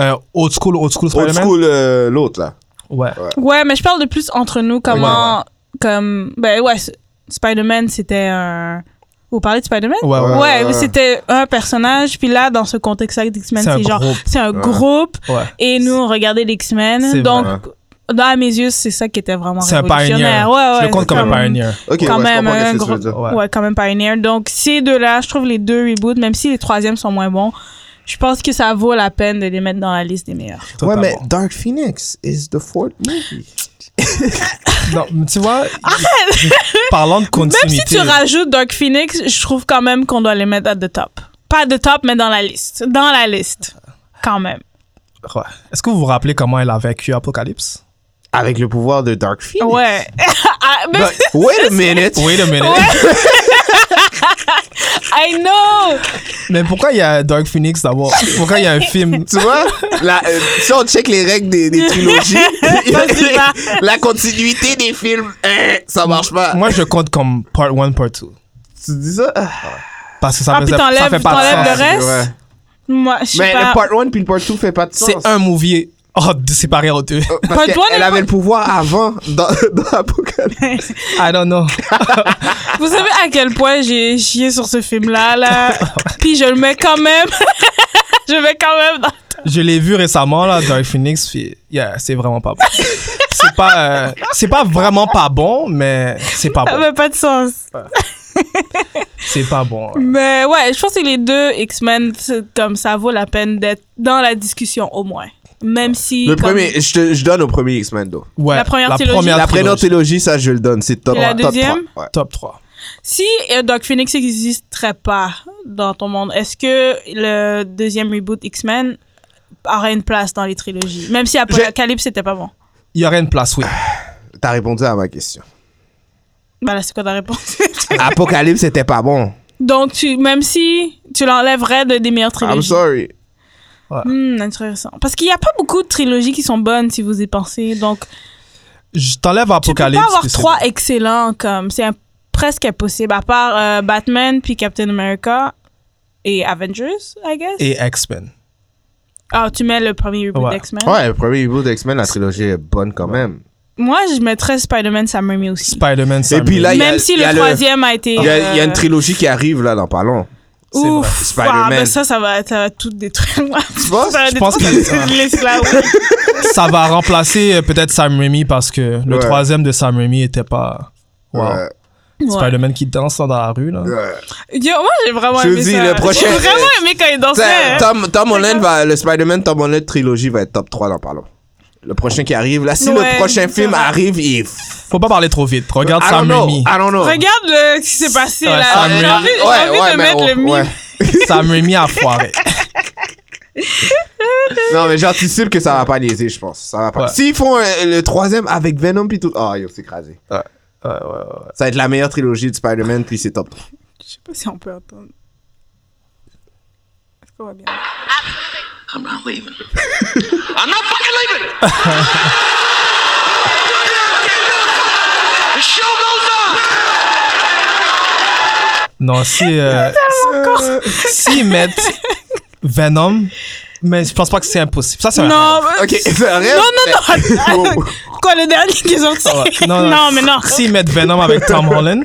Speaker 4: Euh, old school, old school
Speaker 6: Old
Speaker 4: Spider-Man
Speaker 6: School, euh, l'autre, là.
Speaker 4: Ouais.
Speaker 5: Ouais, mais je parle de plus entre nous, comment. Comme. Ben ouais, S- Spider-Man, c'était un. Vous parlez de Spider-Man?
Speaker 4: Ouais, ouais.
Speaker 5: Ouais,
Speaker 6: ouais, ouais.
Speaker 5: c'était un personnage, puis là, dans ce contexte-là d'X-Men,
Speaker 4: C'est un
Speaker 5: c'est genre.
Speaker 4: groupe.
Speaker 5: C'est un
Speaker 6: Ouais.
Speaker 5: groupe,
Speaker 4: Ouais.
Speaker 5: et nous, on regardait les
Speaker 4: C'est
Speaker 5: X-Men. Donc,
Speaker 6: vrai.
Speaker 5: dans mes yeux, c'est ça qui était vraiment
Speaker 4: C'est un
Speaker 5: révolutionnaire.
Speaker 4: Pioneer.
Speaker 5: Ouais, ouais,
Speaker 4: Je le compte comme un Pioneer.
Speaker 6: Ok,
Speaker 5: Quand
Speaker 6: ouais, je
Speaker 5: même,
Speaker 6: comprends qu'est-ce
Speaker 5: un
Speaker 6: que tu
Speaker 5: gros-
Speaker 6: veux dire.
Speaker 4: Ouais.
Speaker 5: Ouais. quand même Pioneer. Donc, ces deux-là, je trouve les deux reboots, même si les troisièmes sont moins bons, je pense que ça vaut la peine de les mettre dans la liste des meilleurs.
Speaker 6: Ouais, mais
Speaker 4: Totalement.
Speaker 6: Dark Phoenix is the fourth movie.
Speaker 4: Non, mais tu vois. Parlant de
Speaker 5: Même
Speaker 4: continuité.
Speaker 5: si tu rajoutes Dark Phoenix, je trouve quand même qu'on doit les mettre à the top. Pas à the top, mais dans la liste. Dans la liste. Quand même.
Speaker 4: Ouais. Est-ce que vous vous rappelez comment elle a vécu Apocalypse
Speaker 6: Avec le pouvoir de Dark Phoenix.
Speaker 5: Ouais. Ah, mais-
Speaker 6: But wait a minute.
Speaker 4: Wait a minute.
Speaker 5: I know!
Speaker 4: Mais pourquoi il y a Dark Phoenix d'abord Pourquoi il y a un film
Speaker 6: Tu vois, là, euh, si on check les règles des, des trilogies,
Speaker 5: c'est pas.
Speaker 6: la continuité des films, euh, ça marche pas.
Speaker 4: Moi, je compte comme part 1, part 2.
Speaker 6: tu dis ça?
Speaker 4: Parce que ça,
Speaker 5: Ah,
Speaker 4: faisait-
Speaker 5: puis t'enlèves-
Speaker 4: ça fait pas de
Speaker 5: t'enlèves
Speaker 4: sens.
Speaker 5: le reste? Moi, je
Speaker 6: Mais
Speaker 5: sais pas.
Speaker 6: le part 1 puis le part 2 fait pas de sens.
Speaker 4: C'est un movie oh, de séparé en deux.
Speaker 6: Parce
Speaker 5: Part
Speaker 6: qu'elle-
Speaker 5: one
Speaker 6: elle
Speaker 5: et
Speaker 6: avait
Speaker 5: part-
Speaker 6: le pouvoir avant dans, dans Apocalypse.
Speaker 4: I don't know.
Speaker 5: Vous savez à quel point j'ai chié sur ce film-là, là? Puis je le mets quand même. je le mets quand même dans.
Speaker 4: Je l'ai vu récemment, là, Dark Phoenix, puis yeah, c'est vraiment pas bon. C'est pas, euh, c'est pas vraiment pas bon, mais c'est pas
Speaker 6: Ah
Speaker 5: Ça
Speaker 4: bon.
Speaker 5: n'a pas de sens.
Speaker 4: C'est pas bon.
Speaker 5: Mais ouais, je pense que les deux X-Men, c'est comme ça vaut la peine d'être dans la discussion au moins. Même si.
Speaker 6: Le
Speaker 5: comme-
Speaker 6: premier, je, te- je donne au premier X-Men, though.
Speaker 4: Ouais,
Speaker 5: La première trilogie.
Speaker 6: La première trilogie, ça, je le donne. C'est top,
Speaker 5: Et la
Speaker 6: top trois.
Speaker 5: deuxième?
Speaker 6: Ouais.
Speaker 4: Top 3.
Speaker 5: Si euh, Dark Phoenix n'existerait pas dans ton monde, est-ce que le deuxième reboot X-Men aurait une place dans les trilogies Même si Apocalypse, c'était pas bon.
Speaker 4: Il y aurait une place, oui.
Speaker 6: T'as répondu à ma question.
Speaker 5: Bah là, c'est quoi ta réponse
Speaker 6: Apocalypse, c'était pas bon.
Speaker 5: Donc, tu, même si tu l'enlèverais de, des meilleures
Speaker 6: I'm
Speaker 5: trilogies.
Speaker 6: sorry.
Speaker 5: Hmm, intéressant. Parce qu'il n'y a pas beaucoup de trilogies qui sont bonnes, si vous y pensez. Donc,
Speaker 4: Je t'enlève
Speaker 5: tu peux
Speaker 4: Apocalypse.
Speaker 5: pas avoir
Speaker 4: puis c'est
Speaker 5: trois excellents, comme. C'est un- presque impossible, à part euh, Batman, puis Captain America et Avengers, I guess.
Speaker 4: bon. Et X-Men.
Speaker 5: Ah, tu mets le premier reboot
Speaker 4: Ouais.
Speaker 5: d'X-Men.
Speaker 6: Ouais, le premier reboot d'X-Men, la trilogie est bonne quand même.
Speaker 5: Moi, je mettrais Spider-Man Sam Raimi aussi.
Speaker 4: Spider-Man, Sam
Speaker 6: puis là,
Speaker 4: Raimi.
Speaker 6: il Ah, y a-
Speaker 5: Même si
Speaker 6: il y
Speaker 5: le
Speaker 6: a le-
Speaker 5: troisième a été.
Speaker 6: Il y, a il y a une
Speaker 5: euh,
Speaker 6: trilogie qui arrive, là, dans pas long.
Speaker 4: c'est vrai.
Speaker 5: Ouf,
Speaker 6: Spider-Man.
Speaker 5: ah, ben ça, ça va, ça va tout détruire. Tu
Speaker 6: penses?
Speaker 5: Ça va
Speaker 4: Je pense
Speaker 5: détruire
Speaker 4: que-
Speaker 5: toute l'esclave.
Speaker 4: ça va remplacer euh, peut-être Sam Raimi parce que le
Speaker 6: Ouais.
Speaker 4: troisième de Sam Raimi était pas. Wow.
Speaker 6: Ouais.
Speaker 5: Ouais.
Speaker 4: Spider-Man qui danse dans la rue, là.
Speaker 6: Ouais.
Speaker 5: Yo, moi, j'ai vraiment
Speaker 6: Je
Speaker 5: aimé
Speaker 6: dis,
Speaker 5: ça.
Speaker 6: le prochain-
Speaker 5: J'ai vraiment aimé quand il dansait.
Speaker 6: T'sais,
Speaker 5: hein.
Speaker 6: Tom, Tom Holland va, le Spider-Man Tom Holland trilogie va être top 3 dans parlons. Le prochain qui arrive, là, si
Speaker 5: Ouais,
Speaker 6: le prochain
Speaker 5: ça
Speaker 6: film
Speaker 5: va.
Speaker 6: arrive, il.
Speaker 4: Faut pas parler trop vite. Regarde
Speaker 6: I don't
Speaker 4: Sam
Speaker 6: know.
Speaker 4: Raimi.
Speaker 6: I don't know.
Speaker 5: Regarde le, ce qui s'est passé
Speaker 4: Ouais,
Speaker 5: là.
Speaker 4: Sam
Speaker 5: J'ai
Speaker 4: Raimi.
Speaker 5: envie, j'ai
Speaker 6: Ouais,
Speaker 5: envie
Speaker 6: ouais,
Speaker 5: de
Speaker 6: mais
Speaker 5: mettre
Speaker 6: on-
Speaker 5: le mime.
Speaker 6: ouais.
Speaker 4: Sam Raimi a foiré.
Speaker 6: Non, mais j'anticipe que ça va pas niaiser, je pense. Ça va pas.
Speaker 4: Ouais.
Speaker 6: S'ils font euh, le troisième avec Venom puis tout. Ah, yo, c'est écrasé.
Speaker 4: Ouais, ouais, ouais.
Speaker 6: Ça va être la meilleure trilogie de Spider-Man puis c'est top 3.
Speaker 5: Je sais pas si on peut entendre. Est-ce qu'on va bien?
Speaker 7: I'm not leaving. I'm not fucking leaving. the show goes on.
Speaker 4: Non, si. euh, S'ils mettent Venom, mais je pense pas que c'est impossible. Ça, c'est un
Speaker 5: Non, mais-
Speaker 6: Ok, c'est un rêve.
Speaker 5: non, non, non.
Speaker 6: Wow.
Speaker 5: Quoi, le dernier qui est sorti?
Speaker 4: Ah ouais.
Speaker 5: non, mais non.
Speaker 4: S'ils mettent Venom avec Tom Holland,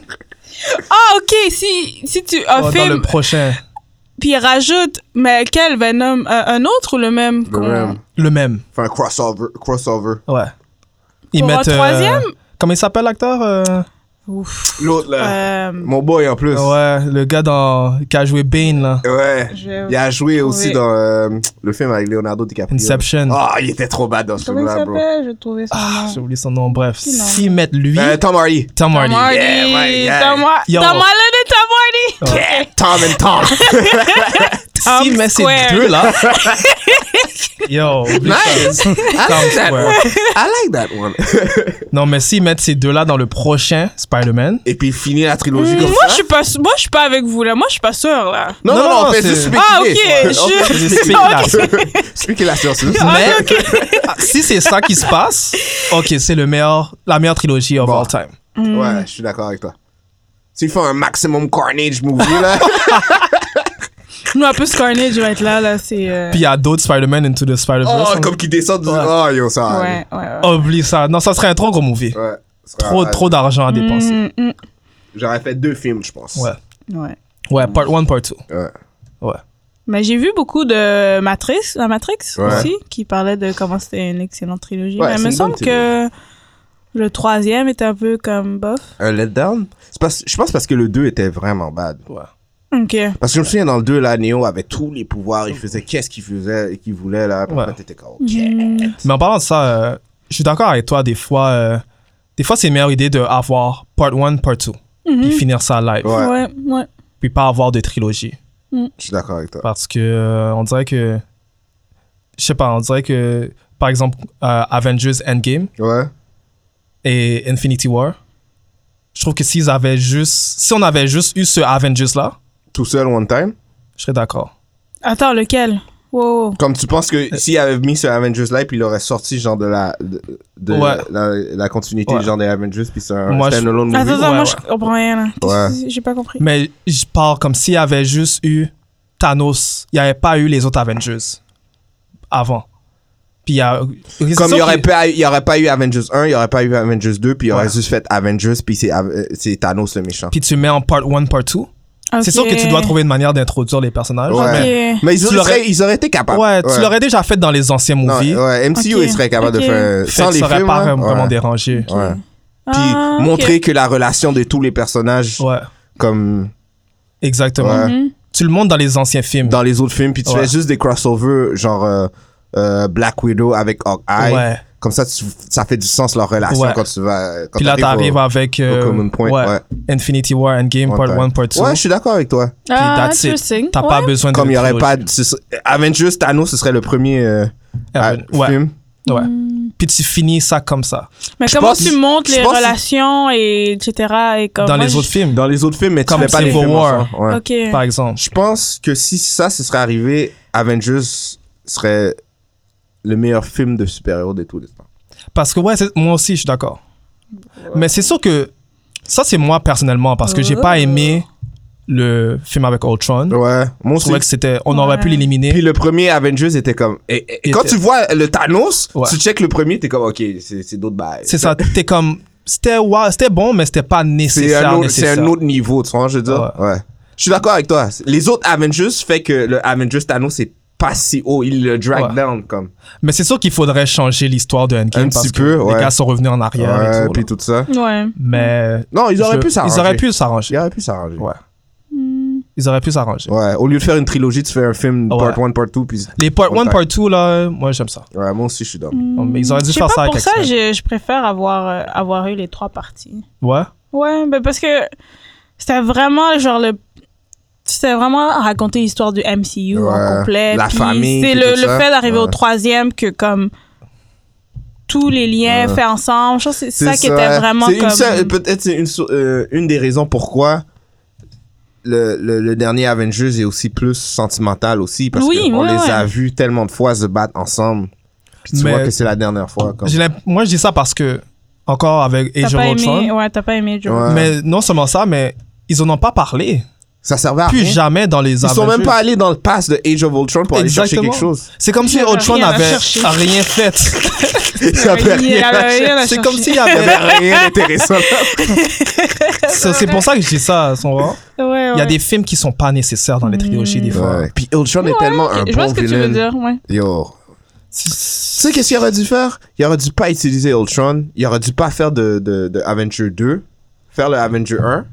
Speaker 5: Ah, ok, si, si tu. Un
Speaker 4: oh, dans
Speaker 5: film,
Speaker 4: le prochain,
Speaker 5: puis il rajoute, mais quel Venom? Un, un autre ou le même?
Speaker 6: Le
Speaker 5: qu'on-
Speaker 6: même.
Speaker 4: le même.
Speaker 6: Enfin, crossover. Crossover.
Speaker 4: Ouais. Ils
Speaker 5: Pour un
Speaker 4: mettent. euh,
Speaker 5: troisième?
Speaker 4: comment il s'appelle l'acteur euh,
Speaker 5: Ouf.
Speaker 6: L'autre, là.
Speaker 5: Euh,
Speaker 6: Mon boy, en plus.
Speaker 4: Ouais, le gars dans, qui a joué Bane, là.
Speaker 6: Ouais.
Speaker 5: je-
Speaker 6: Il a joué aussi
Speaker 5: Oui.
Speaker 6: dans euh, le film avec Leonardo DiCaprio.
Speaker 4: Inception.
Speaker 6: Ah, il était trop bad dans ce
Speaker 5: Comment il
Speaker 6: film-là, bro.
Speaker 5: s'appelle? Je trouvais son
Speaker 4: Ah,
Speaker 5: nom.
Speaker 4: J'ai oublié son nom. Bref,
Speaker 5: Qui, non?
Speaker 4: s'ils mettent lui,
Speaker 6: Euh, Tom Hardy.
Speaker 4: Tom Hardy.
Speaker 5: Hardy.
Speaker 6: Yeah, my guy.
Speaker 5: Tom Har-
Speaker 4: Yo.
Speaker 5: Tom Holland et Tom Hardy.
Speaker 6: Yeah, Tom and Tom.
Speaker 4: S'ils
Speaker 5: Tom
Speaker 4: mettent ces
Speaker 5: Square.
Speaker 4: deux-là. Yo, oublie ça.
Speaker 6: Nice.
Speaker 4: Tom Square.
Speaker 6: I like that one.
Speaker 4: Non, mais s'ils mettent ces deux-là dans le prochain Spider-Man,
Speaker 6: Et puis finir la trilogie comme
Speaker 5: Mm, Moi,
Speaker 6: ça.
Speaker 5: je suis pas, moi, je suis pas avec vous là. Moi, je suis pas sûre là.
Speaker 6: Non, non,
Speaker 4: Non,
Speaker 6: non,
Speaker 4: non,
Speaker 6: on fait
Speaker 4: c'est-
Speaker 6: juste
Speaker 5: Ah, ok.
Speaker 6: spéculer.
Speaker 5: Je-
Speaker 6: On fait
Speaker 4: c'est des
Speaker 6: juste
Speaker 4: spéculations.
Speaker 6: Spéculation, c'est juste-
Speaker 4: Mais ah, si c'est ça qui se passe, ok, c'est le meilleur, la meilleure trilogie of
Speaker 6: Bon.
Speaker 4: all time.
Speaker 6: Ouais, je suis d'accord avec toi. S'il fait un maximum carnage movie, là.
Speaker 5: Nous, un peu ce Carnage je vais être là là. C'est. euh,
Speaker 4: Puis il y a d'autres Spider-Man into the
Speaker 6: oh,
Speaker 4: Spider-Verse.
Speaker 6: comme qu'il descend du. Oh, yo, ça.
Speaker 5: Ouais, ouais, ouais.
Speaker 4: Oublie ça. Non, ça serait un trop gros movie.
Speaker 6: Ouais. Ça sera-
Speaker 4: Trop, trop d'argent à dépenser.
Speaker 5: Mm, mm,
Speaker 6: J'aurais fait deux films, je pense.
Speaker 4: Ouais.
Speaker 5: ouais.
Speaker 4: Ouais, part 1, part 2.
Speaker 6: Ouais.
Speaker 4: Ouais.
Speaker 5: Mais j'ai vu beaucoup de Matrix, la Matrix
Speaker 6: Ouais.
Speaker 5: aussi, qui parlait de comment c'était une excellente trilogie.
Speaker 6: Ouais,
Speaker 5: Mais
Speaker 6: c'est
Speaker 5: il me
Speaker 6: une bonne
Speaker 5: semble que le troisième était un peu comme bof.
Speaker 6: Un letdown C'est parce- Je pense parce que le 2 était vraiment bad.
Speaker 4: Ouais.
Speaker 5: Ok.
Speaker 6: Parce que je me souviens, dans le 2, là, Neo avait tous les pouvoirs. Il faisait qu'est-ce qu'il faisait et qu'il voulait, là. Puis
Speaker 4: Ouais.
Speaker 6: après, t'étais comme, ok.
Speaker 5: Mm-hmm.
Speaker 4: Mais en parlant de ça, euh, je suis d'accord avec toi, des fois, euh, des fois c'est une meilleure idée d'avoir part 1, part 2,
Speaker 5: Mm-hmm. Mm.
Speaker 4: puis finir ça live,
Speaker 6: Ouais.
Speaker 5: Ouais, ouais.
Speaker 4: puis pas avoir de trilogie.
Speaker 6: Je suis d'accord avec toi.
Speaker 4: Parce que euh, on dirait que, je sais pas, on dirait que, par exemple, euh, Avengers Endgame
Speaker 6: Ouais.
Speaker 4: et Infinity War, je trouve que s'ils avaient juste, si on avait juste eu ce Avengers-là,
Speaker 6: Tout seul, one time.
Speaker 4: je serais d'accord.
Speaker 5: Attends, lequel Wow.
Speaker 6: Comme tu penses
Speaker 4: Euh.
Speaker 6: que s'il avait mis ce Avengers là, puis il aurait sorti genre de la de, de
Speaker 4: Ouais.
Speaker 6: la, la continuité
Speaker 4: Ouais.
Speaker 6: genre des Avengers, puis c'est un
Speaker 4: Moi, je-
Speaker 6: standalone movie.
Speaker 5: Attends, attends,
Speaker 4: ouais,
Speaker 5: moi
Speaker 4: ouais.
Speaker 5: je comprends rien là. Qu'est-ce que- J'ai pas compris.
Speaker 4: Mais je parle comme s'il y avait juste eu Thanos, il n'y avait pas eu les autres Avengers avant. Puis il y a.
Speaker 6: Comme il y aurait,
Speaker 4: pu.
Speaker 6: pas, il y aurait pas eu Avengers 1, il y aurait pas eu Avengers 2, puis il aurait
Speaker 4: Ouais.
Speaker 6: juste fait Avengers, puis c'est Av- euh, c'est Thanos le méchant.
Speaker 4: Puis tu mets en part 1, part 2. C'est sûr que tu dois trouver une manière d'introduire les personnages.
Speaker 6: Ouais.
Speaker 4: Mais-
Speaker 5: Ok.
Speaker 6: Mais ils
Speaker 4: Tu l'aurais-
Speaker 6: auraient, ils auraient été capables.
Speaker 4: Ouais, tu l'aurais déjà fait dans les anciens
Speaker 6: Non,
Speaker 4: movies.
Speaker 6: ouais, MCU,
Speaker 5: Ok.
Speaker 6: ils seraient capables
Speaker 5: Ok.
Speaker 6: de faire.
Speaker 4: Fait
Speaker 6: Sans
Speaker 4: que
Speaker 6: les
Speaker 4: ça aurait
Speaker 6: films.
Speaker 4: pas
Speaker 6: là,
Speaker 4: vraiment vraiment
Speaker 6: ouais.
Speaker 4: dérangé.
Speaker 6: Ouais. Puis
Speaker 5: Ah, ok.
Speaker 6: montrer que la relation de tous les personnages,
Speaker 4: Ouais,
Speaker 6: comme
Speaker 4: exactement.
Speaker 6: Ouais.
Speaker 4: Tu le montres dans les anciens films.
Speaker 6: dans les autres films, puis tu
Speaker 4: Ouais.
Speaker 6: fais juste des crossovers, genre euh, euh, Black Widow avec Hawkeye.
Speaker 4: ouais.
Speaker 6: Comme ça, tu- ça fait du sens leur relation
Speaker 4: Ouais.
Speaker 6: quand tu vas. Quand
Speaker 4: Puis là, t'arrives
Speaker 6: au-
Speaker 4: avec euh,
Speaker 6: au common point, ouais.
Speaker 4: Infinity War, Endgame,
Speaker 6: One
Speaker 4: Part
Speaker 6: time.
Speaker 4: 1, Part 2.
Speaker 6: Ouais, je suis d'accord avec toi.
Speaker 5: Ah,
Speaker 4: that's it.
Speaker 5: interesting.
Speaker 4: T'as
Speaker 5: Ouais.
Speaker 4: pas besoin de.
Speaker 6: Comme il y aurait pas.
Speaker 4: trilogie.
Speaker 6: de- ce serait- Avengers Thanos, ce serait le premier euh, à-
Speaker 4: Aven- Ouais,
Speaker 6: film.
Speaker 4: ouais. Puis tu finis ça comme ça.
Speaker 5: Mais
Speaker 6: Je
Speaker 5: comment
Speaker 6: pense-
Speaker 5: tu montres
Speaker 6: je
Speaker 5: les
Speaker 6: pense-
Speaker 5: relations et etc. Et comme
Speaker 4: Dans
Speaker 5: moi,
Speaker 4: les
Speaker 5: je-
Speaker 4: autres films.
Speaker 6: Dans les autres films, mais tu
Speaker 4: Comme
Speaker 6: fais pas les
Speaker 4: Civil
Speaker 6: films
Speaker 4: War.
Speaker 6: ensemble. Ouais.
Speaker 5: Ok.
Speaker 4: par exemple.
Speaker 6: Je pense que si ça, ce serait arrivé, Avengers serait le meilleur film de super-héros de tous les temps.
Speaker 4: Parce que, ouais, c'est- moi aussi, je suis d'accord. Mais c'est sûr que ça, c'est moi personnellement, parce que j'ai pas aimé le film avec Ultron.
Speaker 6: Ouais, mon
Speaker 4: Mm. Je trouvais que c'était. On aurait pu
Speaker 5: Ouais.
Speaker 6: Puis
Speaker 4: l'éliminer.
Speaker 6: le premier Avengers était comme. et- et-
Speaker 4: Il
Speaker 6: quand
Speaker 4: était-
Speaker 6: tu vois le Thanos,
Speaker 4: Ouais.
Speaker 6: tu check le premier, t'es comme, ok, c'est c'est d'autres bails.
Speaker 4: C'est ça. T'es comme. C'était wa- c'était bon, mais c'était pas
Speaker 6: C'est
Speaker 4: nécessaire.
Speaker 6: un, autre- c'est
Speaker 4: nécessaire.
Speaker 6: un autre niveau, tu vois, je veux dire. Ouais. Je suis d'accord avec toi. Les autres Avengers fait que le Avengers Thanos, c'est pas si haut. Il le drag
Speaker 4: Ouais.
Speaker 6: down, comme.
Speaker 4: Mais c'est sûr qu'il faudrait changer l'histoire de Endgame
Speaker 6: Un
Speaker 4: parce
Speaker 6: petit
Speaker 4: que
Speaker 6: peu, ouais.
Speaker 4: les gars sont revenus en arrière et
Speaker 6: Ouais,
Speaker 4: tout.
Speaker 6: puis
Speaker 4: là.
Speaker 6: tout ça.
Speaker 5: Ouais.
Speaker 4: Mais.
Speaker 6: Non, ils auraient
Speaker 4: je-
Speaker 6: pu s'arranger.
Speaker 4: Ils auraient pu s'arranger.
Speaker 6: Ils auraient pu s'arranger.
Speaker 4: Ouais. Ils auraient pu s'arranger.
Speaker 6: Ouais, au lieu de faire une trilogie, tu fais un film
Speaker 4: Ouais.
Speaker 6: part 1, part 2, puis...
Speaker 4: Les part
Speaker 6: Ouais.
Speaker 4: 1, part 2, là, moi j'aime ça.
Speaker 6: Ouais, moi aussi, je suis d'accord.
Speaker 4: Mais ils auraient
Speaker 5: Mm. Je
Speaker 4: dû
Speaker 5: sais
Speaker 4: faire
Speaker 5: pas,
Speaker 4: ça avec
Speaker 5: pour ça,
Speaker 4: X-Men.
Speaker 5: je, je préfère avoir, euh, avoir eu les trois parties.
Speaker 4: Ouais.
Speaker 5: Ouais, ben parce que c'était vraiment genre le. C'était vraiment raconter l'histoire du MCU
Speaker 6: Ouais.
Speaker 5: en complet.
Speaker 6: La
Speaker 5: Puis
Speaker 6: famille,
Speaker 5: C'est
Speaker 6: puis
Speaker 5: le,
Speaker 6: tout
Speaker 5: le
Speaker 6: ça.
Speaker 5: fait d'arriver au
Speaker 6: Ouais.
Speaker 5: troisième que comme tous les liens faits ensemble. Je pense que c'est ça, qui était
Speaker 6: ouais.
Speaker 5: vraiment
Speaker 6: C'est une
Speaker 5: comme.
Speaker 6: seule- Peut-être c'est une, sou- euh, une des raisons pourquoi le, le, le dernier Avengers est aussi plus sentimental aussi parce
Speaker 5: Oui,
Speaker 6: qu'on
Speaker 5: ouais,
Speaker 6: les
Speaker 5: ouais.
Speaker 6: a vus tellement de fois se battre ensemble. Puis tu
Speaker 4: Mais-
Speaker 6: vois que c'est la dernière fois. Comme...
Speaker 4: J'ai l'imp- Moi, je dis ça parce que, encore avec
Speaker 5: T'as
Speaker 4: Age of
Speaker 5: pas
Speaker 4: Ultron,
Speaker 5: aimé, ouais, t'as pas aimé Joe.
Speaker 6: Ouais.
Speaker 4: mais non seulement ça, mais ils en ont pas parlé.
Speaker 6: Ça servait à
Speaker 4: Plus
Speaker 6: rien.
Speaker 4: jamais dans les
Speaker 6: Ah Ils sont
Speaker 4: Avengers.
Speaker 6: même pas allés dans le pass de Age of Ultron pour aller chercher
Speaker 4: Exactement.
Speaker 6: quelque chose.
Speaker 4: C'est comme si
Speaker 5: Il y avait
Speaker 4: Ultron
Speaker 5: rien à
Speaker 4: avait
Speaker 5: chercher.
Speaker 4: rien fait.
Speaker 6: Ça peut
Speaker 5: Il y
Speaker 6: rien.
Speaker 5: avait rien à
Speaker 4: C'est
Speaker 5: chercher.
Speaker 4: comme s'il y
Speaker 6: Il y
Speaker 4: avait.
Speaker 6: avait rien d'intéressant.
Speaker 4: C'est c'est pour ça que je dis ça. son-
Speaker 5: Ouais,
Speaker 4: Il y a
Speaker 5: ouais.
Speaker 4: des films qui sont pas nécessaires dans les trilogies des fois.
Speaker 6: Ouais. Puis Ultron est tellement un
Speaker 5: Ok, Je
Speaker 6: bon
Speaker 5: vois ce que tu veux
Speaker 6: villain.
Speaker 5: dire, ouais.
Speaker 6: Yo. Tu
Speaker 4: C'est-
Speaker 6: sais qu'est-ce qu'il aurait dû faire? Il aurait dû pas utiliser Ultron. Il aurait dû pas faire de, de, de Avenger 2. Faire le Avenger 1.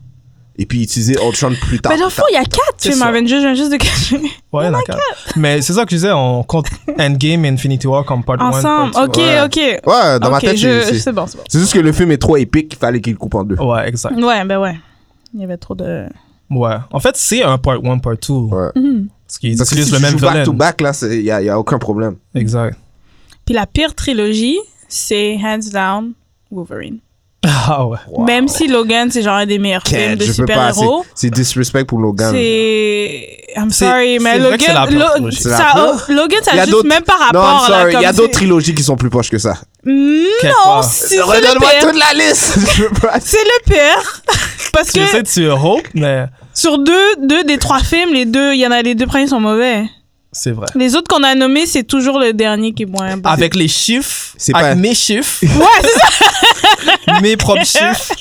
Speaker 6: Et puis utiliser Ultron plus tard.
Speaker 5: Mais Ben, dans le fond, il y a quatre
Speaker 4: C'est
Speaker 5: films
Speaker 4: ça.
Speaker 5: Avengers, je viens juste de cacher.
Speaker 4: Ouais, il y en a quatre. Mais c'est ça que je disais, on compte Endgame et Infinity War comme part 1.
Speaker 5: Ensemble. Ok,
Speaker 6: Ouais.
Speaker 5: ok.
Speaker 6: Ouais, dans ma
Speaker 5: Ok,
Speaker 6: tête,
Speaker 5: je- Oh.
Speaker 6: c'est- c'est
Speaker 5: c'est bon, c'est bon.
Speaker 6: c'est juste que le film est trop épique, il fallait qu'il le coupe en deux.
Speaker 4: Ouais, exact.
Speaker 5: Ouais, ben ouais. Il y avait trop de.
Speaker 4: Ouais. En fait, c'est un part 1, part 2.
Speaker 6: Ouais.
Speaker 5: Mhm.
Speaker 4: Parce qu'ils
Speaker 6: Parce que
Speaker 4: utilisent
Speaker 6: si
Speaker 4: le
Speaker 6: tu
Speaker 4: même
Speaker 6: joues back to
Speaker 4: villain.
Speaker 6: back, là, il y a, y a aucun problème.
Speaker 4: Exact.
Speaker 5: Puis la pire trilogie, c'est hands down Wolverine.
Speaker 4: Ah ouais.
Speaker 5: Même si Logan, c'est genre un des meilleurs films
Speaker 6: Ken,
Speaker 5: de
Speaker 6: je peux pas. c'est-
Speaker 5: super-héros.
Speaker 6: C'est disrespect pour Logan.
Speaker 5: C'est. I'm
Speaker 4: C'est-
Speaker 5: sorry, mais
Speaker 4: c'est vrai que c'est la
Speaker 5: Logan.
Speaker 4: pire
Speaker 5: Lo-
Speaker 4: trilogie.
Speaker 6: C'est la
Speaker 5: ça-
Speaker 6: pire.
Speaker 5: Logan,
Speaker 6: Il y
Speaker 5: ça
Speaker 6: a
Speaker 5: juste
Speaker 6: d'autres-
Speaker 5: même par
Speaker 6: Non, I'm
Speaker 5: rapport là,
Speaker 6: sorry,
Speaker 5: comme
Speaker 6: il y a
Speaker 5: c'est-
Speaker 6: d'autres trilogies qui sont plus proches que ça.
Speaker 4: Quelle
Speaker 5: Non,
Speaker 4: part?
Speaker 5: si c'est le
Speaker 6: Redonne-moi
Speaker 5: pire.
Speaker 6: toute la liste. Je veux pas.
Speaker 5: C'est le pire. Parce
Speaker 4: Tu
Speaker 5: que
Speaker 4: sais, tu hope, mais
Speaker 5: sur deux, deux des trois films, les deux, il y en a les deux premiers sont mauvais.
Speaker 4: c'est vrai.
Speaker 5: Les autres qu'on a nommés, c'est toujours le dernier qui est moins bon.
Speaker 4: Avec les chiffres,
Speaker 6: C'est
Speaker 4: avec
Speaker 6: pas-
Speaker 4: mes chiffres,
Speaker 5: Ouais, c'est ça.
Speaker 4: mes propres chiffres,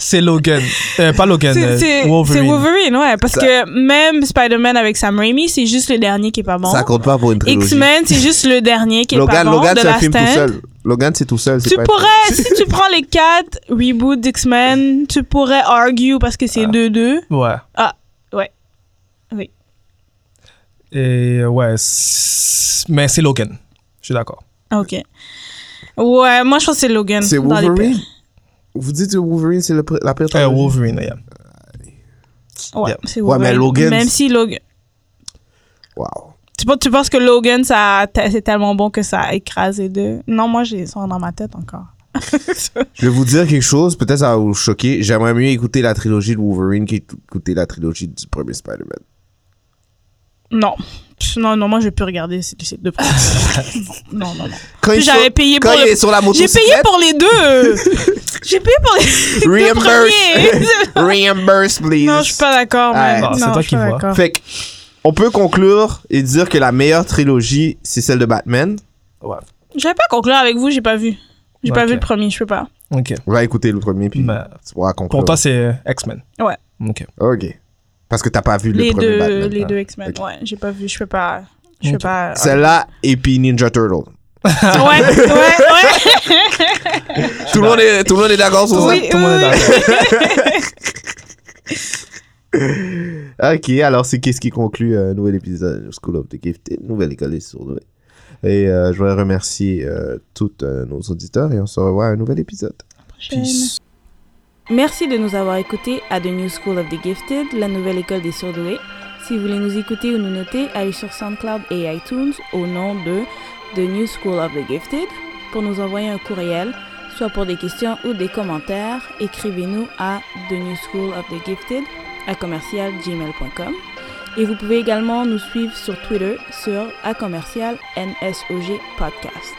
Speaker 4: c'est Logan. Euh, pas Logan,
Speaker 5: C'est-
Speaker 4: euh,
Speaker 5: C'est c'est
Speaker 4: Wolverine.
Speaker 5: Wolverine, ouais. Parce
Speaker 6: Ça-
Speaker 5: que même Spider-Man avec Sam Raimi, c'est juste le dernier qui est pas bon.
Speaker 6: Ça compte pas pour une trilogie.
Speaker 5: X-Men, c'est juste le dernier qui est pas
Speaker 6: Logan,
Speaker 5: bon
Speaker 6: Logan,
Speaker 5: de
Speaker 6: c'est un
Speaker 5: la
Speaker 6: film tout
Speaker 5: stand.
Speaker 6: seul. Logan, c'est tout seul. c'est
Speaker 5: Tu
Speaker 6: pas-
Speaker 5: pourrais, si tu prends les quatre reboot d'X-Men, tu pourrais argue parce que c'est 2-2.
Speaker 4: Ouais.
Speaker 5: Ah, ouais. Oui.
Speaker 4: Et euh, ouais, c'est- mais c'est Logan. Je suis d'accord.
Speaker 5: Ok. Ouais, moi je pense que c'est Logan.
Speaker 6: C'est
Speaker 5: dans les
Speaker 6: Wolverine.
Speaker 5: pires.
Speaker 6: Vous dites que Wolverine, c'est le pr- la pire
Speaker 4: Euh,
Speaker 6: trilogie?
Speaker 4: Wolverine, yeah.
Speaker 5: Ouais,
Speaker 4: Yep.
Speaker 5: c'est
Speaker 6: Ouais,
Speaker 5: Wolverine.
Speaker 6: mais Logan,
Speaker 5: Même si Logan.
Speaker 6: Wow.
Speaker 5: Tu penses, tu penses que Logan, ça, t- c'est tellement bon que ça a écrasé deux. Non, moi j'ai ça dans ma tête encore.
Speaker 6: Je vais vous dire quelque chose, peut-être ça va vous choquer. J'aimerais mieux écouter la trilogie de Wolverine qu'écouter la trilogie du premier Spider-Man.
Speaker 5: Non. Pff, Non, non, moi j'ai pu regarder ces, ces deux premiers. non, non, non.
Speaker 6: Quand
Speaker 5: Puis
Speaker 6: il est
Speaker 5: j'avais
Speaker 6: sur-
Speaker 5: payé
Speaker 6: quand
Speaker 5: pour
Speaker 6: il
Speaker 5: le-
Speaker 6: est sur la
Speaker 5: J'ai
Speaker 6: motocyclette.
Speaker 5: payé pour les deux. j'ai payé pour les deux premiers.
Speaker 6: Reimburse. Reimburse, please.
Speaker 5: non, je suis pas d'accord. mais-
Speaker 6: Ouais.
Speaker 4: Ah,
Speaker 5: non,
Speaker 4: c'est toi
Speaker 5: je suis
Speaker 4: qui
Speaker 5: pas
Speaker 4: vois.
Speaker 5: d'accord.
Speaker 6: Fait que, on peut conclure et dire que la meilleure trilogie, c'est celle de Batman.
Speaker 4: Ouais.
Speaker 5: J'avais pas conclure avec vous, j'ai pas vu. J'ai pas
Speaker 4: Ok.
Speaker 5: vu le premier, je peux pas.
Speaker 4: Ok.
Speaker 6: On va écouter le premier, puis
Speaker 4: Mais
Speaker 6: tu pourras conclure.
Speaker 4: Ben, pour toi, c'est X-Men.
Speaker 5: Ouais.
Speaker 4: Ok.
Speaker 6: Ok. Parce que t'as pas vu
Speaker 5: Les
Speaker 6: le premier
Speaker 5: deux,
Speaker 6: Batman.
Speaker 5: les
Speaker 6: Ah.
Speaker 5: deux X-Men,
Speaker 6: Ok.
Speaker 5: ouais, j'ai pas vu, je peux pas. Je peux
Speaker 4: Ok.
Speaker 5: pas.
Speaker 6: Celle-là et puis Ninja Turtle.
Speaker 5: Ouais, ouais, ouais.
Speaker 6: Tout le monde est, tout le monde est d'accord sur
Speaker 5: Oui,
Speaker 4: Tout le monde est
Speaker 5: oui,
Speaker 4: d'accord.
Speaker 6: ça? Ok, alors c'est qu'est-ce qui conclut un nouvel épisode de School of the Gifted, nouvelle école des sourds. Et euh, je voudrais remercier euh, tous euh, nos auditeurs et on se revoit à un nouvel épisode.
Speaker 5: Prochaine.
Speaker 8: Merci de nous avoir écoutés à The New School of the Gifted, la nouvelle école des surdoués. Si vous voulez nous écouter ou nous noter, allez sur SoundCloud et iTunes au nom de The New School of the Gifted pour nous envoyer un courriel, soit pour des questions ou des commentaires. Écrivez-nous à The New School of the Gifted à commercialgmail.com. Et vous pouvez également nous suivre sur Twitter sur à commercial NSOG Podcast.